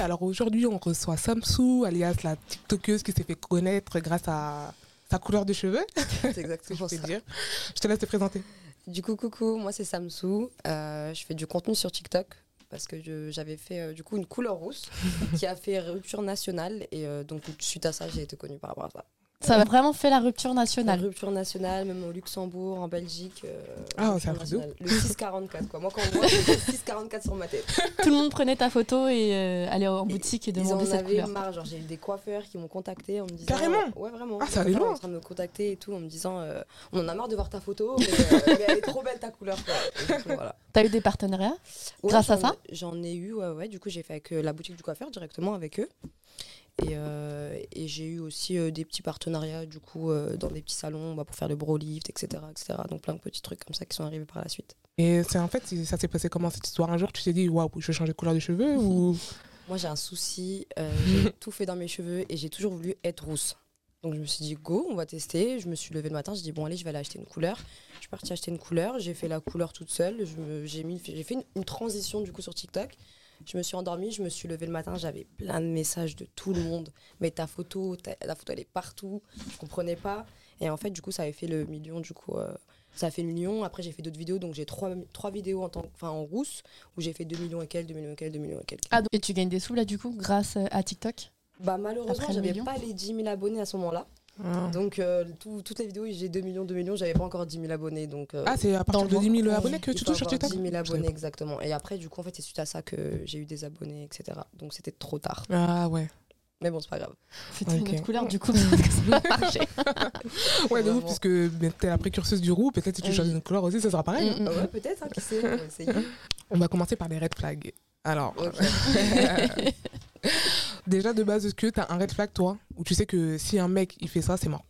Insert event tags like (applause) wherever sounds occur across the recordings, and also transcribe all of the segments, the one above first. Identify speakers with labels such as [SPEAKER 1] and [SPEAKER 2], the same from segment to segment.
[SPEAKER 1] Alors aujourd'hui, on reçoit Samsou, alias la TikTokeuse qui s'est fait connaître grâce à sa couleur de cheveux.
[SPEAKER 2] C'est (laughs) exactement
[SPEAKER 1] je peux
[SPEAKER 2] ça.
[SPEAKER 1] dire. Je te laisse te présenter.
[SPEAKER 2] Du coup, coucou, moi c'est Samsou. Euh, je fais du contenu sur TikTok parce que je- j'avais fait euh, du coup une
[SPEAKER 1] (laughs)
[SPEAKER 2] couleur rousse qui a fait rupture nationale et euh, donc suite à ça, j'ai été connue par rapport à ça.
[SPEAKER 3] Ça a vraiment fait la rupture
[SPEAKER 2] La
[SPEAKER 3] nationale.
[SPEAKER 2] rupture nationale, même au Luxembourg, en Belgique. euh,
[SPEAKER 1] Ah,
[SPEAKER 2] rupture
[SPEAKER 1] c'est un truc de
[SPEAKER 2] nationale. Le 644 quoi. Moi quand on voit c'était 644 sur
[SPEAKER 1] (laughs)
[SPEAKER 2] ma tête.
[SPEAKER 3] Tout le monde prenait ta photo et euh, allait en boutique et
[SPEAKER 2] Ils en
[SPEAKER 3] demandait cette
[SPEAKER 2] avaient
[SPEAKER 3] couleur.
[SPEAKER 2] marre, genre j'ai eu des coiffeurs qui m'ont contacté en me disant euh,
[SPEAKER 1] Carrément
[SPEAKER 2] Ouais vraiment.
[SPEAKER 1] Ah, ça
[SPEAKER 2] Ils
[SPEAKER 1] allait
[SPEAKER 2] étaient
[SPEAKER 1] loin.
[SPEAKER 2] en train de me contacter et tout en me disant euh, on en a marre de voir ta photo mais, euh, mais elle est trop belle ta couleur quoi. Et du coup, voilà.
[SPEAKER 3] T'as eu des partenariats
[SPEAKER 2] Ouais,
[SPEAKER 3] Grâce à
[SPEAKER 2] j'en-
[SPEAKER 3] ça
[SPEAKER 2] J'en ai eu, ouais, ouais. Du coup, j'ai fait avec euh, la boutique du coiffeur directement avec eux. Et, euh, et j'ai eu aussi euh, des petits partenariats, du coup, euh, dans des petits salons bah, pour faire le bro lift, etc., etc. Donc plein de petits trucs comme ça qui sont arrivés par la suite.
[SPEAKER 1] Et c'est en fait, c'est- ça s'est passé comment cette histoire Un jour, tu t'es dit, waouh, je vais changer de couleur de cheveux ou
[SPEAKER 2] Moi, j'ai un souci, euh, j'ai tout fait dans mes cheveux et j'ai toujours voulu être rousse. Donc je me suis dit, go, on va tester. Je me suis levée le matin, j'ai dit, bon, allez, je vais aller acheter une couleur. Je suis partie acheter une couleur, j'ai fait la couleur toute seule. je me- J'ai mis- j'ai fait une, une transition du coup sur TikTok. Je me suis endormie, je me suis levée le matin, j'avais plein de messages de tout le monde. Mais ta photo, ta- la photo, elle est partout. Je comprenais pas. Et en fait, du coup, ça avait fait le million, du coup. euh, ça a fait le million. Après, j'ai fait d'autres vidéos. Donc, j'ai trois, trois vidéos en, tant, enfin, en rousse où j'ai fait 2 millions et quelques, 2 millions et quelques, 2 millions et quelques.
[SPEAKER 3] Ah, donc- Et tu gagnes des sous là du coup grâce euh, à TikTok
[SPEAKER 2] Bah malheureusement,
[SPEAKER 3] Après le
[SPEAKER 2] j'avais
[SPEAKER 3] million.
[SPEAKER 2] pas les 10 000 abonnés à ce moment-là.
[SPEAKER 1] Ah.
[SPEAKER 2] Donc euh, tout- toutes les vidéos, j'ai 2 millions, 2 millions, j'avais pas encore 10 000 abonnés. Donc, euh,
[SPEAKER 1] Ah, c'est à
[SPEAKER 3] Dans
[SPEAKER 1] partir
[SPEAKER 3] le
[SPEAKER 1] de 10 000
[SPEAKER 3] ventre,
[SPEAKER 1] abonnés que
[SPEAKER 2] il
[SPEAKER 1] tu
[SPEAKER 2] faut
[SPEAKER 1] touches sur
[SPEAKER 2] avoir
[SPEAKER 1] TikTok
[SPEAKER 2] 10 000
[SPEAKER 1] Je savais
[SPEAKER 2] abonnés,
[SPEAKER 1] pas.
[SPEAKER 2] exactement. Et après, du coup, en fait, c'est suite à ça que j'ai eu des abonnés, etc. Donc c'était trop tard.
[SPEAKER 1] Ah ouais.
[SPEAKER 2] Mais bon, c'est pas grave.
[SPEAKER 3] C'était
[SPEAKER 1] Ok.
[SPEAKER 3] une autre couleur du coup parce que ça
[SPEAKER 2] (laughs)
[SPEAKER 3] a marché.
[SPEAKER 1] Ouais, de ouf,
[SPEAKER 2] Vraiment.
[SPEAKER 1] puisque ben, t'es la précurseuse du roux, peut-être si tu
[SPEAKER 2] Oui.
[SPEAKER 1] changes une couleur aussi, ça sera pareil.
[SPEAKER 3] Mm, mm.
[SPEAKER 2] Ah ouais, (laughs) peut-être, hein, qui sait, on va
[SPEAKER 1] (laughs)
[SPEAKER 2] essayer.
[SPEAKER 1] On va commencer par les red flags.
[SPEAKER 3] (laughs)
[SPEAKER 1] Alors, (laughs)
[SPEAKER 2] Ok.
[SPEAKER 1] déjà de base, est-ce que t'as un red flag, toi Où tu sais que si un mec, il fait ça, c'est mort.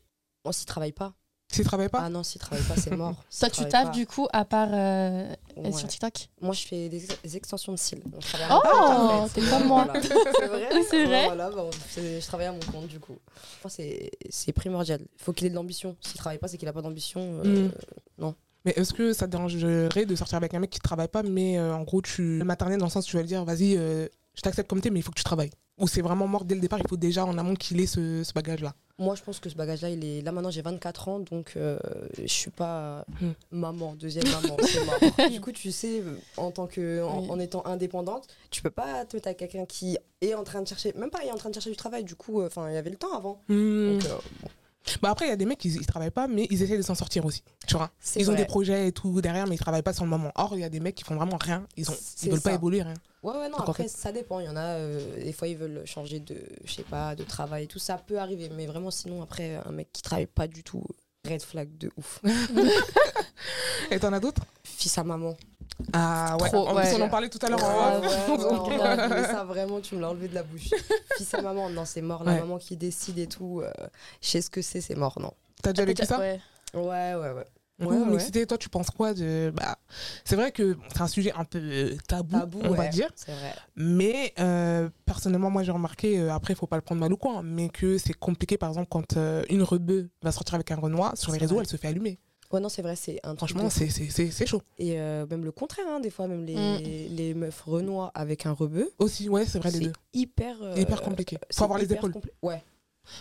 [SPEAKER 2] On s'y travaille pas.
[SPEAKER 1] S'il travaille pas
[SPEAKER 2] Ah non, s'y travaille pas, c'est mort. S'il
[SPEAKER 3] Toi tu
[SPEAKER 2] travaille
[SPEAKER 3] taffes
[SPEAKER 2] pas,
[SPEAKER 3] du coup à part euh,
[SPEAKER 2] ouais.
[SPEAKER 3] sur TikTok
[SPEAKER 2] Moi, je fais des ex- des extensions de cils. On travaille à
[SPEAKER 3] Oh,
[SPEAKER 2] mon compte, en fait.
[SPEAKER 3] t'es comme moi.
[SPEAKER 2] Voilà. C'est vrai.
[SPEAKER 3] (laughs) C'est vrai.
[SPEAKER 2] Voilà, bah, on- c'est- je travaille à mon compte du coup. Moi, C'est c'est primordial. Il faut qu'il ait de l'ambition. S'il travaille pas, c'est qu'il a pas d'ambition. euh,
[SPEAKER 1] Mm. Mais est-ce que ça te dérangerait de sortir avec un mec qui travaille pas, mais euh, en gros, tu le maternel dans le sens où tu vas lui dire, vas-y, euh, je t'accepte comme t'es, mais il faut que tu travailles Ou c'est vraiment mort dès le départ, il faut déjà en amont qu'il ait ce, ce bagage-là
[SPEAKER 2] Moi, je pense que ce bagage-là, il est là maintenant. J'ai 24 ans, donc euh, je suis pas
[SPEAKER 1] Mm.
[SPEAKER 2] maman, deuxième maman. c'est
[SPEAKER 3] (laughs)
[SPEAKER 2] mort. du coup, tu sais, euh, en tant que en,
[SPEAKER 3] Oui.
[SPEAKER 2] en étant indépendante, tu peux pas te mettre à quelqu'un qui est en train de chercher, même pas, il est en train de chercher du travail. Du coup, euh, enfin, il y avait le temps avant.
[SPEAKER 3] Mm.
[SPEAKER 1] Hmm.
[SPEAKER 2] Donc, euh,
[SPEAKER 1] Bah après, il y a des mecs, ils, ils travaillent pas, mais ils essaient de s'en sortir aussi. Tu vois
[SPEAKER 2] c'est
[SPEAKER 1] Ils ont
[SPEAKER 2] vrai.
[SPEAKER 1] des projets et tout derrière, mais ils travaillent pas sur le moment. Or, il y a des mecs qui font vraiment rien. Ils, ont,
[SPEAKER 2] C'est
[SPEAKER 1] ils veulent pas
[SPEAKER 2] ça.
[SPEAKER 1] évoluer, rien.
[SPEAKER 2] Ouais, ouais, non,
[SPEAKER 1] Donc, en
[SPEAKER 2] après,
[SPEAKER 1] fait-
[SPEAKER 2] ça dépend. Il y en a, euh, des fois, ils veulent changer de, je sais pas, de travail et tout. Ça peut arriver, mais vraiment, sinon, après, un mec qui travaille pas du tout, red flag de ouf. (laughs)
[SPEAKER 1] Et t'en as d'autres
[SPEAKER 2] Fils à maman.
[SPEAKER 1] Ah ouais,
[SPEAKER 3] Trop,
[SPEAKER 1] en plus,
[SPEAKER 3] ouais.
[SPEAKER 1] on en parlait tout à
[SPEAKER 2] Ouais,
[SPEAKER 1] l'heure. en
[SPEAKER 2] (laughs)
[SPEAKER 1] off.
[SPEAKER 2] ouais, non, non, mais ça, vraiment, tu me l'as enlevé de la (laughs) bouche. Fils à maman, non, c'est mort. La
[SPEAKER 1] Ouais.
[SPEAKER 2] maman qui décide et tout, euh, je sais ce que c'est, c'est mort, non.
[SPEAKER 1] T'as déjà vécu ça
[SPEAKER 3] Ouais.
[SPEAKER 2] Ouais, ouais, ouais.
[SPEAKER 1] Du coup,
[SPEAKER 2] Ouais, ouais.
[SPEAKER 1] mixité, toi, tu penses quoi de... bah, C'est vrai que c'est un sujet un peu euh, tabou,
[SPEAKER 2] Tabou,
[SPEAKER 1] on va
[SPEAKER 2] ouais,
[SPEAKER 1] dire.
[SPEAKER 2] C'est vrai.
[SPEAKER 1] Mais euh, personnellement, moi, j'ai remarqué, euh, après, il faut pas le prendre mal ou quoi, hein, mais que c'est compliqué, par exemple, quand euh, une rebeu va sortir avec un renois, sur les
[SPEAKER 2] C'est
[SPEAKER 1] réseaux,
[SPEAKER 2] vrai.
[SPEAKER 1] elle se fait allumer.
[SPEAKER 2] Ouais, non, c'est vrai, c'est un truc de
[SPEAKER 1] Franchement, c'est- c'est c'est- c'est chaud.
[SPEAKER 2] Et euh, même le contraire, hein, des fois, même les, les meufs renois avec un rebeu,
[SPEAKER 1] Aussi, ouais, c'est vrai, les
[SPEAKER 2] c'est
[SPEAKER 1] deux.
[SPEAKER 2] hyper. euh,
[SPEAKER 1] Hyper compliqué.
[SPEAKER 2] c'est
[SPEAKER 1] Faut avoir les
[SPEAKER 2] hyper
[SPEAKER 1] épaules.
[SPEAKER 2] compli- Ouais.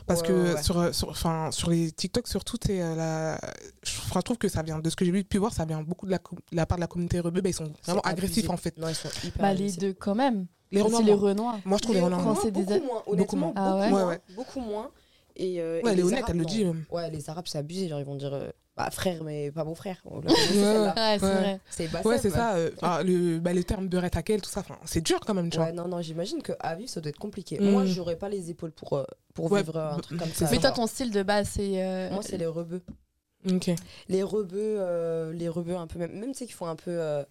[SPEAKER 1] Parce
[SPEAKER 2] Ouais,
[SPEAKER 1] que
[SPEAKER 2] ouais, ouais.
[SPEAKER 1] Sur, euh, sur, enfin, sur les TikTok, surtout, c'est euh, la... je, enfin, je trouve que ça vient, de ce que j'ai vu depuis voir, ça vient beaucoup de la, com- de la part de la communauté rebeu, bah, ils sont vraiment
[SPEAKER 2] C'est
[SPEAKER 1] agressifs,
[SPEAKER 2] abusé.
[SPEAKER 1] en fait.
[SPEAKER 2] Non, ils sont hyper
[SPEAKER 3] Bah les
[SPEAKER 2] abusés.
[SPEAKER 3] deux quand même.
[SPEAKER 1] Les
[SPEAKER 3] Aussi
[SPEAKER 1] renois,
[SPEAKER 3] les
[SPEAKER 1] moi.
[SPEAKER 3] Renois.
[SPEAKER 1] moi, je trouve les
[SPEAKER 2] Les
[SPEAKER 1] renois,
[SPEAKER 3] Renois,
[SPEAKER 1] moi.
[SPEAKER 3] c'est des-
[SPEAKER 2] beaucoup moins, honnêtement,
[SPEAKER 1] moins.
[SPEAKER 3] Ah
[SPEAKER 2] beaucoup
[SPEAKER 3] ouais
[SPEAKER 2] moins,
[SPEAKER 1] Ouais, ouais.
[SPEAKER 2] beaucoup moins. Et, euh, et
[SPEAKER 1] Ouais, elle est
[SPEAKER 2] les
[SPEAKER 1] honnête,
[SPEAKER 2] Arabes,
[SPEAKER 1] elle le
[SPEAKER 2] non.
[SPEAKER 1] dit. euh.
[SPEAKER 2] Ouais, les Arabes, c'est abusé. Genre, ils vont dire euh, bah, frère, mais pas mon frère. On l'a connaissait, celle-là.
[SPEAKER 3] Ouais, c'est
[SPEAKER 1] Ouais.
[SPEAKER 3] vrai.
[SPEAKER 2] (laughs) Bah, C'est bassem,
[SPEAKER 1] Ouais, c'est
[SPEAKER 2] même.
[SPEAKER 1] ça. euh, enfin, le, bah, le terme de retaquel, tout ça, enfin, c'est dur quand même, tu vois.
[SPEAKER 2] Ouais, non, non, j'imagine que à vivre, ça doit être compliqué.
[SPEAKER 1] Mm.
[SPEAKER 2] Moi, j'aurais pas les épaules pour, euh, pour
[SPEAKER 1] Ouais,
[SPEAKER 2] vivre euh, un
[SPEAKER 1] bah,
[SPEAKER 2] truc comme
[SPEAKER 1] c'est
[SPEAKER 2] ça.
[SPEAKER 1] ça.
[SPEAKER 3] Mais toi
[SPEAKER 2] genre.
[SPEAKER 3] ton style de base c'est euh,
[SPEAKER 2] Moi, c'est les rebeux.
[SPEAKER 1] Ok.
[SPEAKER 2] Les rebeux, euh, les rebeux un peu, même, même ceux qui font un peu euh,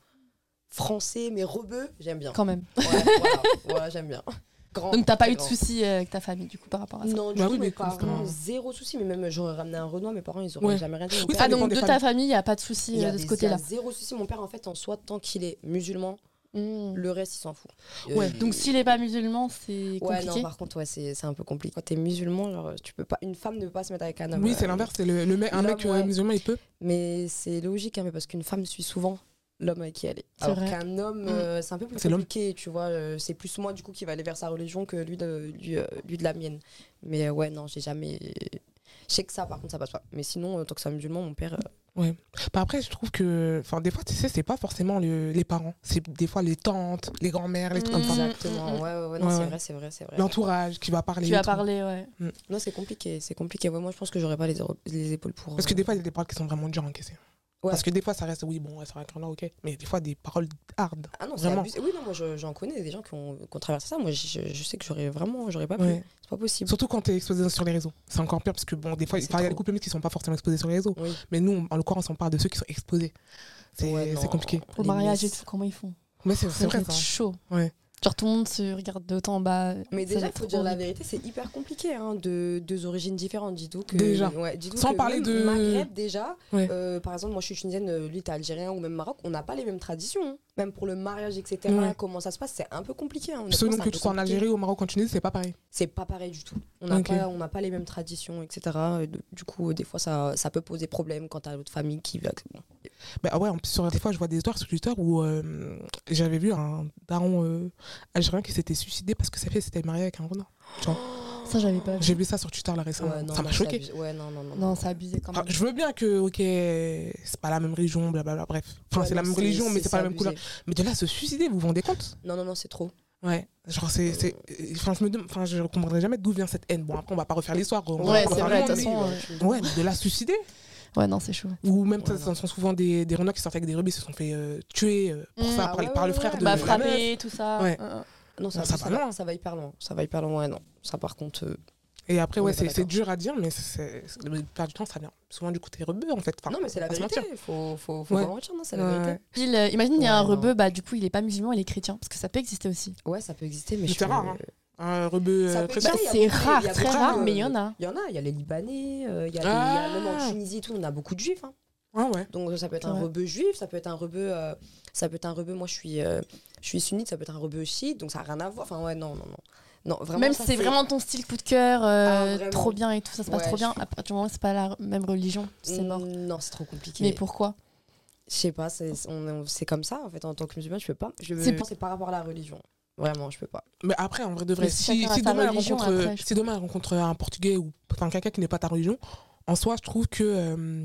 [SPEAKER 2] français, mais rebeux, j'aime bien.
[SPEAKER 3] quand même.
[SPEAKER 2] Ouais, voilà, voilà,
[SPEAKER 3] (laughs)
[SPEAKER 2] j'aime bien. Grand,
[SPEAKER 3] Donc t'as pas
[SPEAKER 2] très
[SPEAKER 3] eu de
[SPEAKER 2] grand.
[SPEAKER 3] soucis euh, avec ta famille du coup par rapport à ça.
[SPEAKER 2] Non, du
[SPEAKER 1] Bah
[SPEAKER 2] tout,
[SPEAKER 1] oui, mais
[SPEAKER 2] mes
[SPEAKER 1] comme ça.
[SPEAKER 2] parents, zéro souci. Mais même, j'aurais ramené un Renoir, mes parents, ils auraient
[SPEAKER 1] Ouais.
[SPEAKER 2] jamais rien dit. Mon
[SPEAKER 1] Oui,
[SPEAKER 2] père,
[SPEAKER 1] ça
[SPEAKER 3] Ah
[SPEAKER 2] il-
[SPEAKER 1] dépend
[SPEAKER 3] donc de
[SPEAKER 1] des
[SPEAKER 3] ta famille il y a pas de soucis
[SPEAKER 2] il y
[SPEAKER 3] euh,
[SPEAKER 2] a
[SPEAKER 3] de
[SPEAKER 2] des-
[SPEAKER 3] ce
[SPEAKER 2] il y a
[SPEAKER 3] côté-là.
[SPEAKER 2] Zéro souci. Mon père, en fait, en soi, tant qu'il est musulman,
[SPEAKER 3] Mm.
[SPEAKER 2] le reste, il s'en fout.
[SPEAKER 1] Ouais,
[SPEAKER 2] Euh,
[SPEAKER 3] Donc s'il est pas musulman c'est
[SPEAKER 2] Ouais,
[SPEAKER 3] compliqué.
[SPEAKER 2] non, par contre, ouais, c'est c'est un peu compliqué. Quand t'es musulman, genre, tu peux pas, une femme ne peut pas se mettre avec un homme.
[SPEAKER 1] Oui,
[SPEAKER 2] euh,
[SPEAKER 1] c'est l'inverse. C'est le, le mec, un
[SPEAKER 2] l'homme,
[SPEAKER 1] mec euh,
[SPEAKER 2] ouais.
[SPEAKER 1] musulman, il peut.
[SPEAKER 2] Mais c'est logique, hein, mais parce qu'une femme suit souvent l'homme avec qui aller.
[SPEAKER 3] C'est
[SPEAKER 2] Alors
[SPEAKER 3] vrai. Mm.
[SPEAKER 2] qu'un homme, euh, c'est un peu plus
[SPEAKER 1] C'est l'homme.
[SPEAKER 2] compliqué, tu vois. euh, c'est plus moi, du coup, qui va aller vers sa religion que lui de, lui, euh, lui de la mienne. Mais euh, ouais, non, j'ai jamais. Je sais que ça, par contre, ça passe pas. Mais sinon, euh, tant que c'est un musulman, mon père. euh,
[SPEAKER 1] Bah après, je trouve que, enfin, des fois, tu sais, c'est pas forcément le- les parents. C'est des fois les tantes, les grands-mères, les trucs comme ça.
[SPEAKER 2] Mmh.
[SPEAKER 3] Mhm.
[SPEAKER 2] Exactement. Ouais, ouais, ouais, non,
[SPEAKER 1] Ouais,
[SPEAKER 2] c'est
[SPEAKER 1] ouais.
[SPEAKER 2] vrai, c'est vrai, c'est vrai.
[SPEAKER 1] L'entourage qui va parler.
[SPEAKER 3] Tu
[SPEAKER 1] et
[SPEAKER 3] as
[SPEAKER 1] tout.
[SPEAKER 3] parlé, ouais.
[SPEAKER 2] Non, c'est compliqué, c'est compliqué. Ouais, moi, je pense que j'aurais pas les, oro- les épaules pour.
[SPEAKER 1] Parce que
[SPEAKER 2] euh,
[SPEAKER 1] des fois, il y a des paroles qui sont vraiment dures à encaisser.
[SPEAKER 2] Ouais.
[SPEAKER 1] Parce que des fois, ça reste, oui, bon, ouais, ça reste là, ok. Mais des fois, des paroles hard.
[SPEAKER 2] Ah non, c'est
[SPEAKER 1] Vraiment.
[SPEAKER 2] abusé. Oui, non, moi je- j'en connais des gens qui ont, qui ont traversé ça. Moi, je, je sais que j'aurais vraiment, j'aurais pas pu.
[SPEAKER 1] Ouais.
[SPEAKER 2] C'est pas possible.
[SPEAKER 1] Surtout quand t'es exposé sur les réseaux. C'est encore pire parce que, bon, des fois,
[SPEAKER 2] C'est
[SPEAKER 1] enfin, il y a des
[SPEAKER 2] trop.
[SPEAKER 1] couples mixtes qui sont pas forcément exposés sur les réseaux.
[SPEAKER 2] Oui.
[SPEAKER 1] Mais nous, on- en l'occurrence, on parle de ceux qui sont exposés. C'est
[SPEAKER 2] Ouais, non.
[SPEAKER 1] c'est compliqué.
[SPEAKER 3] Au
[SPEAKER 2] Les
[SPEAKER 3] mariage et
[SPEAKER 2] nièces.
[SPEAKER 3] tout, comment ils font
[SPEAKER 1] Mais c'est
[SPEAKER 3] Ça
[SPEAKER 1] c'est
[SPEAKER 3] doit
[SPEAKER 1] vrai,
[SPEAKER 3] être
[SPEAKER 1] ça.
[SPEAKER 3] chaud.
[SPEAKER 1] Ouais.
[SPEAKER 3] Genre tout le monde se regarde de haut en bas.
[SPEAKER 2] Mais
[SPEAKER 3] Ça doit
[SPEAKER 2] déjà, il
[SPEAKER 3] être
[SPEAKER 2] faut dire la
[SPEAKER 3] horrible.
[SPEAKER 2] vérité, c'est hyper compliqué, hein, de deux origines différentes, dis-donc. que-
[SPEAKER 1] Déjà.
[SPEAKER 2] ouais, dis-donc
[SPEAKER 1] Sans
[SPEAKER 2] que
[SPEAKER 1] parler
[SPEAKER 2] même
[SPEAKER 1] de-
[SPEAKER 2] Maghreb, déjà.
[SPEAKER 1] Ouais.
[SPEAKER 2] euh, par exemple, moi, je suis tunisienne, euh, lui, t'es algérien ou même Maroc, on n'a pas les mêmes traditions. hein. Même pour le mariage, etc.
[SPEAKER 1] Ouais.
[SPEAKER 2] Comment ça se passe, c'est un peu compliqué. hein. Honnêtement,
[SPEAKER 1] Selon
[SPEAKER 2] c'est un
[SPEAKER 1] que
[SPEAKER 2] peu
[SPEAKER 1] tu sois en
[SPEAKER 2] compliqué.
[SPEAKER 1] Algérie ou au Maroc, en Tunisie, c'est pas pareil.
[SPEAKER 2] c'est pas pareil du tout. On n'a
[SPEAKER 1] Ok.
[SPEAKER 2] pas, on n'a pas les mêmes traditions, etc. Euh, de- Du coup, euh, des fois, ça, ça peut poser problème quand t'as l'autre famille qui va. bon.
[SPEAKER 1] Bah ouais, en plus, sur, des fois, je vois des histoires sur Twitter où euh, j'avais vu un daron euh, algérien qui s'était suicidé parce que sa fille s'était mariée avec un renard.
[SPEAKER 3] Ça, j'avais pas vu.
[SPEAKER 1] J'ai vu ça sur Twitter là récemment.
[SPEAKER 2] Ouais, non,
[SPEAKER 1] ça
[SPEAKER 2] non,
[SPEAKER 1] m'a
[SPEAKER 2] c'est
[SPEAKER 1] choqué.
[SPEAKER 2] abusé. Ouais, non, non, non.
[SPEAKER 3] Non, c'est abusé quand même.
[SPEAKER 1] je veux bien que, ok, c'est pas la même religion, blablabla, bref. Enfin,
[SPEAKER 2] Ouais,
[SPEAKER 1] c'est la
[SPEAKER 2] non,
[SPEAKER 1] même religion, mais c'est pas la même
[SPEAKER 2] abusé.
[SPEAKER 1] couleur. Mais de là, à se suicider, vous vous rendez compte
[SPEAKER 2] Non, non, non, c'est trop.
[SPEAKER 1] Ouais. Genre, c'est. c'est- Enfin, je me dem- Enfin, je comprendrai jamais d'où vient cette haine. Bon, après, on va pas refaire l'histoire. on va
[SPEAKER 3] Ouais,
[SPEAKER 1] pas
[SPEAKER 3] c'est
[SPEAKER 1] refaire
[SPEAKER 3] vrai,
[SPEAKER 1] le
[SPEAKER 3] de toute façon.
[SPEAKER 1] monde,
[SPEAKER 2] Oui,
[SPEAKER 3] euh,
[SPEAKER 2] tu-
[SPEAKER 1] mais- Ouais, mais de la suicider
[SPEAKER 3] Ouais, non, c'est chaud.
[SPEAKER 1] Ou même,
[SPEAKER 2] Ouais,
[SPEAKER 1] ça,
[SPEAKER 2] non.
[SPEAKER 1] ce sont souvent des, des renards qui sortent avec des rubis, se sont fait euh, tuer euh, pour
[SPEAKER 3] Mm.
[SPEAKER 1] ça,
[SPEAKER 2] Ah
[SPEAKER 1] par,
[SPEAKER 2] ouais,
[SPEAKER 1] par le
[SPEAKER 2] ouais,
[SPEAKER 1] frère
[SPEAKER 2] ouais.
[SPEAKER 1] de.
[SPEAKER 3] Bah,
[SPEAKER 1] la meuf.
[SPEAKER 3] frapper, tout ça.
[SPEAKER 1] Ouais.
[SPEAKER 3] Euh,
[SPEAKER 2] Non, ça,
[SPEAKER 1] Non, ça
[SPEAKER 2] ça
[SPEAKER 1] va
[SPEAKER 2] va, ça va hyper loin. Ça va hyper loin, ouais, non. Ça, par contre. euh,
[SPEAKER 1] Et après,
[SPEAKER 2] On
[SPEAKER 1] ouais,
[SPEAKER 2] est pas
[SPEAKER 1] c'est c'est
[SPEAKER 2] d'accord.
[SPEAKER 1] dur à dire, mais c'est- c'est- la plupart du temps, ça vient. Souvent, du coup, t'es rebeu, en fait. Enfin,
[SPEAKER 2] non, mais c'est la
[SPEAKER 1] on va se
[SPEAKER 2] vérité.
[SPEAKER 1] mentir.
[SPEAKER 2] Faut, faut, faut
[SPEAKER 1] Ouais.
[SPEAKER 2] pas mentir, non, c'est la
[SPEAKER 1] Ouais, ouais.
[SPEAKER 2] vérité.
[SPEAKER 3] Pile, euh, imagine, il y a un
[SPEAKER 2] Ouais, non. Bah,
[SPEAKER 3] rebeu, bah du coup, il est pas musulman, il est chrétien. Parce que ça peut exister aussi.
[SPEAKER 2] Ouais, ça peut exister, mais
[SPEAKER 1] Mais
[SPEAKER 2] je
[SPEAKER 1] c'est
[SPEAKER 2] peux-
[SPEAKER 1] rare, hein. Un rebeu
[SPEAKER 2] Ça
[SPEAKER 1] euh,
[SPEAKER 2] peut-
[SPEAKER 1] chrétien.
[SPEAKER 2] Bah,
[SPEAKER 3] Bah,
[SPEAKER 2] il y a
[SPEAKER 3] c'est
[SPEAKER 2] beaucoup de-
[SPEAKER 3] rare,
[SPEAKER 2] il y a
[SPEAKER 3] très
[SPEAKER 2] beaucoup
[SPEAKER 3] rare,
[SPEAKER 2] de-
[SPEAKER 3] mais il y en a.
[SPEAKER 2] Il y en a, il y a les Libanais, euh, il y, a des- il y a
[SPEAKER 1] Ah.
[SPEAKER 2] même en Tunisie et tout, on a beaucoup de juifs. hein.
[SPEAKER 1] Ouais, Ah ouais.
[SPEAKER 2] Donc ça peut être un
[SPEAKER 3] Ouais.
[SPEAKER 2] rebeu juif, ça peut être un rebeu, euh, ça peut être un rebeu. Moi je suis, euh, je suis sunnite, ça peut être un rebeu chiite, donc ça n'a rien à voir. Enfin ouais non non non non vraiment.
[SPEAKER 3] Même
[SPEAKER 2] ça,
[SPEAKER 3] si c'est vraiment ton style coup de cœur, euh,
[SPEAKER 2] Ah, vraiment.
[SPEAKER 3] trop bien et tout, ça se passe
[SPEAKER 2] Ouais,
[SPEAKER 3] trop bien.
[SPEAKER 2] je- Mm.
[SPEAKER 3] À partir du moment où c'est pas la même religion, c'est mort.
[SPEAKER 2] Non c'est trop compliqué.
[SPEAKER 3] Mais pourquoi
[SPEAKER 2] Je sais pas, c'est on- on- c'est comme ça en fait en tant que musulman je peux pas. Je
[SPEAKER 3] C'est
[SPEAKER 2] c'est
[SPEAKER 3] pour-
[SPEAKER 2] c'est par rapport à la religion. Vraiment je peux pas.
[SPEAKER 1] Mais après, en vrai de vrai,
[SPEAKER 3] Mais si
[SPEAKER 1] si,
[SPEAKER 3] chacun a
[SPEAKER 1] si
[SPEAKER 3] sa
[SPEAKER 1] demain, elle
[SPEAKER 3] religion,
[SPEAKER 1] rencontre, euh,
[SPEAKER 3] après, je
[SPEAKER 1] si demain elle rencontre un Portugais ou enfin, quelqu'un qui n'est pas ta religion, en soi, je trouve que euh,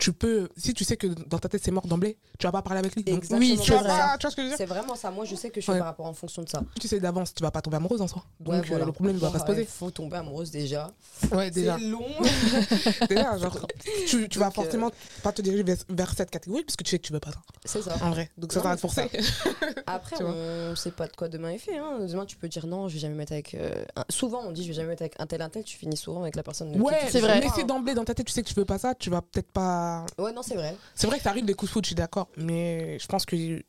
[SPEAKER 1] tu peux. Si tu sais que dans ta tête c'est mort d'emblée, tu vas pas parler avec lui. Donc,
[SPEAKER 2] Exactement.
[SPEAKER 3] oui,
[SPEAKER 1] tu,
[SPEAKER 3] c'est
[SPEAKER 1] vas
[SPEAKER 3] vrai.
[SPEAKER 1] pas- tu vois ce que je veux dire
[SPEAKER 2] C'est vraiment ça. Moi je sais que je suis
[SPEAKER 1] Ouais.
[SPEAKER 2] par rapport en fonction de ça.
[SPEAKER 1] Tu sais d'avance, tu vas pas tomber amoureuse en soi. Donc
[SPEAKER 2] Ouais,
[SPEAKER 1] euh,
[SPEAKER 2] voilà.
[SPEAKER 1] le problème ne va pas se
[SPEAKER 2] Ouais,
[SPEAKER 1] poser.
[SPEAKER 2] Faut tomber amoureuse déjà.
[SPEAKER 1] Ouais, déjà.
[SPEAKER 2] C'est long.
[SPEAKER 1] (laughs) déjà genre, tu, tu vas
[SPEAKER 2] Donc, euh,
[SPEAKER 1] forcément pas te diriger vers, vers cette catégorie parce que tu sais que tu veux pas ça.
[SPEAKER 2] c'est ça.
[SPEAKER 1] En vrai. Donc ça
[SPEAKER 2] Non,
[SPEAKER 1] va
[SPEAKER 2] mais
[SPEAKER 1] te forcer.
[SPEAKER 2] (laughs) Après,
[SPEAKER 1] Tu vois.
[SPEAKER 2] on sait pas de quoi demain est fait. Hein. Demain, tu peux dire non, je vais jamais mettre avec. euh, un- Souvent, on dit je vais jamais mettre avec un tel, un tel. Tu finis souvent avec la personne. de qui
[SPEAKER 1] Ouais,
[SPEAKER 2] tu-
[SPEAKER 3] c'est vrai.
[SPEAKER 1] Mais si d'emblée dans ta tête tu sais que tu veux pas ça, tu vas peut-être pas.
[SPEAKER 2] Ouais, non, c'est vrai.
[SPEAKER 1] C'est vrai que ça arrive des coups de foudre, je suis d'accord. Mais je pense que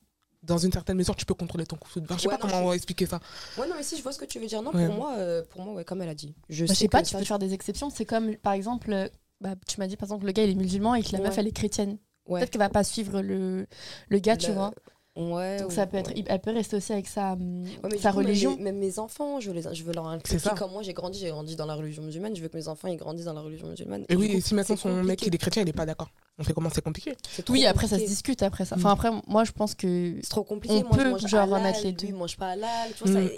[SPEAKER 1] dans une certaine mesure, tu peux contrôler ton coup de foudre. Enfin, je sais
[SPEAKER 2] Ouais,
[SPEAKER 1] pas
[SPEAKER 2] non,
[SPEAKER 1] comment expliquer ça.
[SPEAKER 2] Ouais, non, mais si je vois ce que tu veux dire, non,
[SPEAKER 1] Ouais.
[SPEAKER 2] pour moi, euh, pour moi, ouais, comme elle a dit. Je
[SPEAKER 3] Bah, Je sais pas,
[SPEAKER 2] que
[SPEAKER 3] tu
[SPEAKER 2] ça,
[SPEAKER 3] peux faire des exceptions. C'est comme, par exemple, euh, bah, tu m'as dit par exemple que le gars il est musulman et que la meuf
[SPEAKER 2] Ouais.
[SPEAKER 3] elle est chrétienne.
[SPEAKER 2] Ouais.
[SPEAKER 3] Peut-être qu'elle va pas suivre le, le gars, tu
[SPEAKER 2] Le-
[SPEAKER 3] vois.
[SPEAKER 2] Ouais.
[SPEAKER 3] Donc
[SPEAKER 2] ou-
[SPEAKER 3] ça peut être,
[SPEAKER 2] ouais.
[SPEAKER 3] elle peut rester aussi avec sa, hum,
[SPEAKER 2] Ouais, mais du
[SPEAKER 3] sa
[SPEAKER 2] coup, même
[SPEAKER 3] religion.
[SPEAKER 2] mes- Même, mes enfants, je veux, les, je veux leur
[SPEAKER 1] C'est ça.
[SPEAKER 2] inculquer. Comme moi, j'ai grandi, j'ai grandi dans la religion musulmane. Je veux que mes enfants, ils grandissent dans la religion musulmane.
[SPEAKER 1] Et oui,
[SPEAKER 2] Du coup,
[SPEAKER 1] et si maintenant
[SPEAKER 2] c'est
[SPEAKER 1] son mec
[SPEAKER 2] compliqué.
[SPEAKER 1] il est chrétien, il est pas d'accord. On fait comment C'est compliqué.
[SPEAKER 2] C'est trop
[SPEAKER 3] Oui, après ça se
[SPEAKER 2] compliqué.
[SPEAKER 3] discute après
[SPEAKER 2] Mm.
[SPEAKER 3] ça. Enfin après, moi je pense que
[SPEAKER 2] C'est trop compliqué.
[SPEAKER 3] On
[SPEAKER 2] moi,
[SPEAKER 3] peut,
[SPEAKER 2] je mange
[SPEAKER 3] genre,
[SPEAKER 2] halal,
[SPEAKER 3] mettre les
[SPEAKER 2] lui,
[SPEAKER 3] deux.
[SPEAKER 2] il mange pas halal. Tu vois, ça,
[SPEAKER 1] Mm.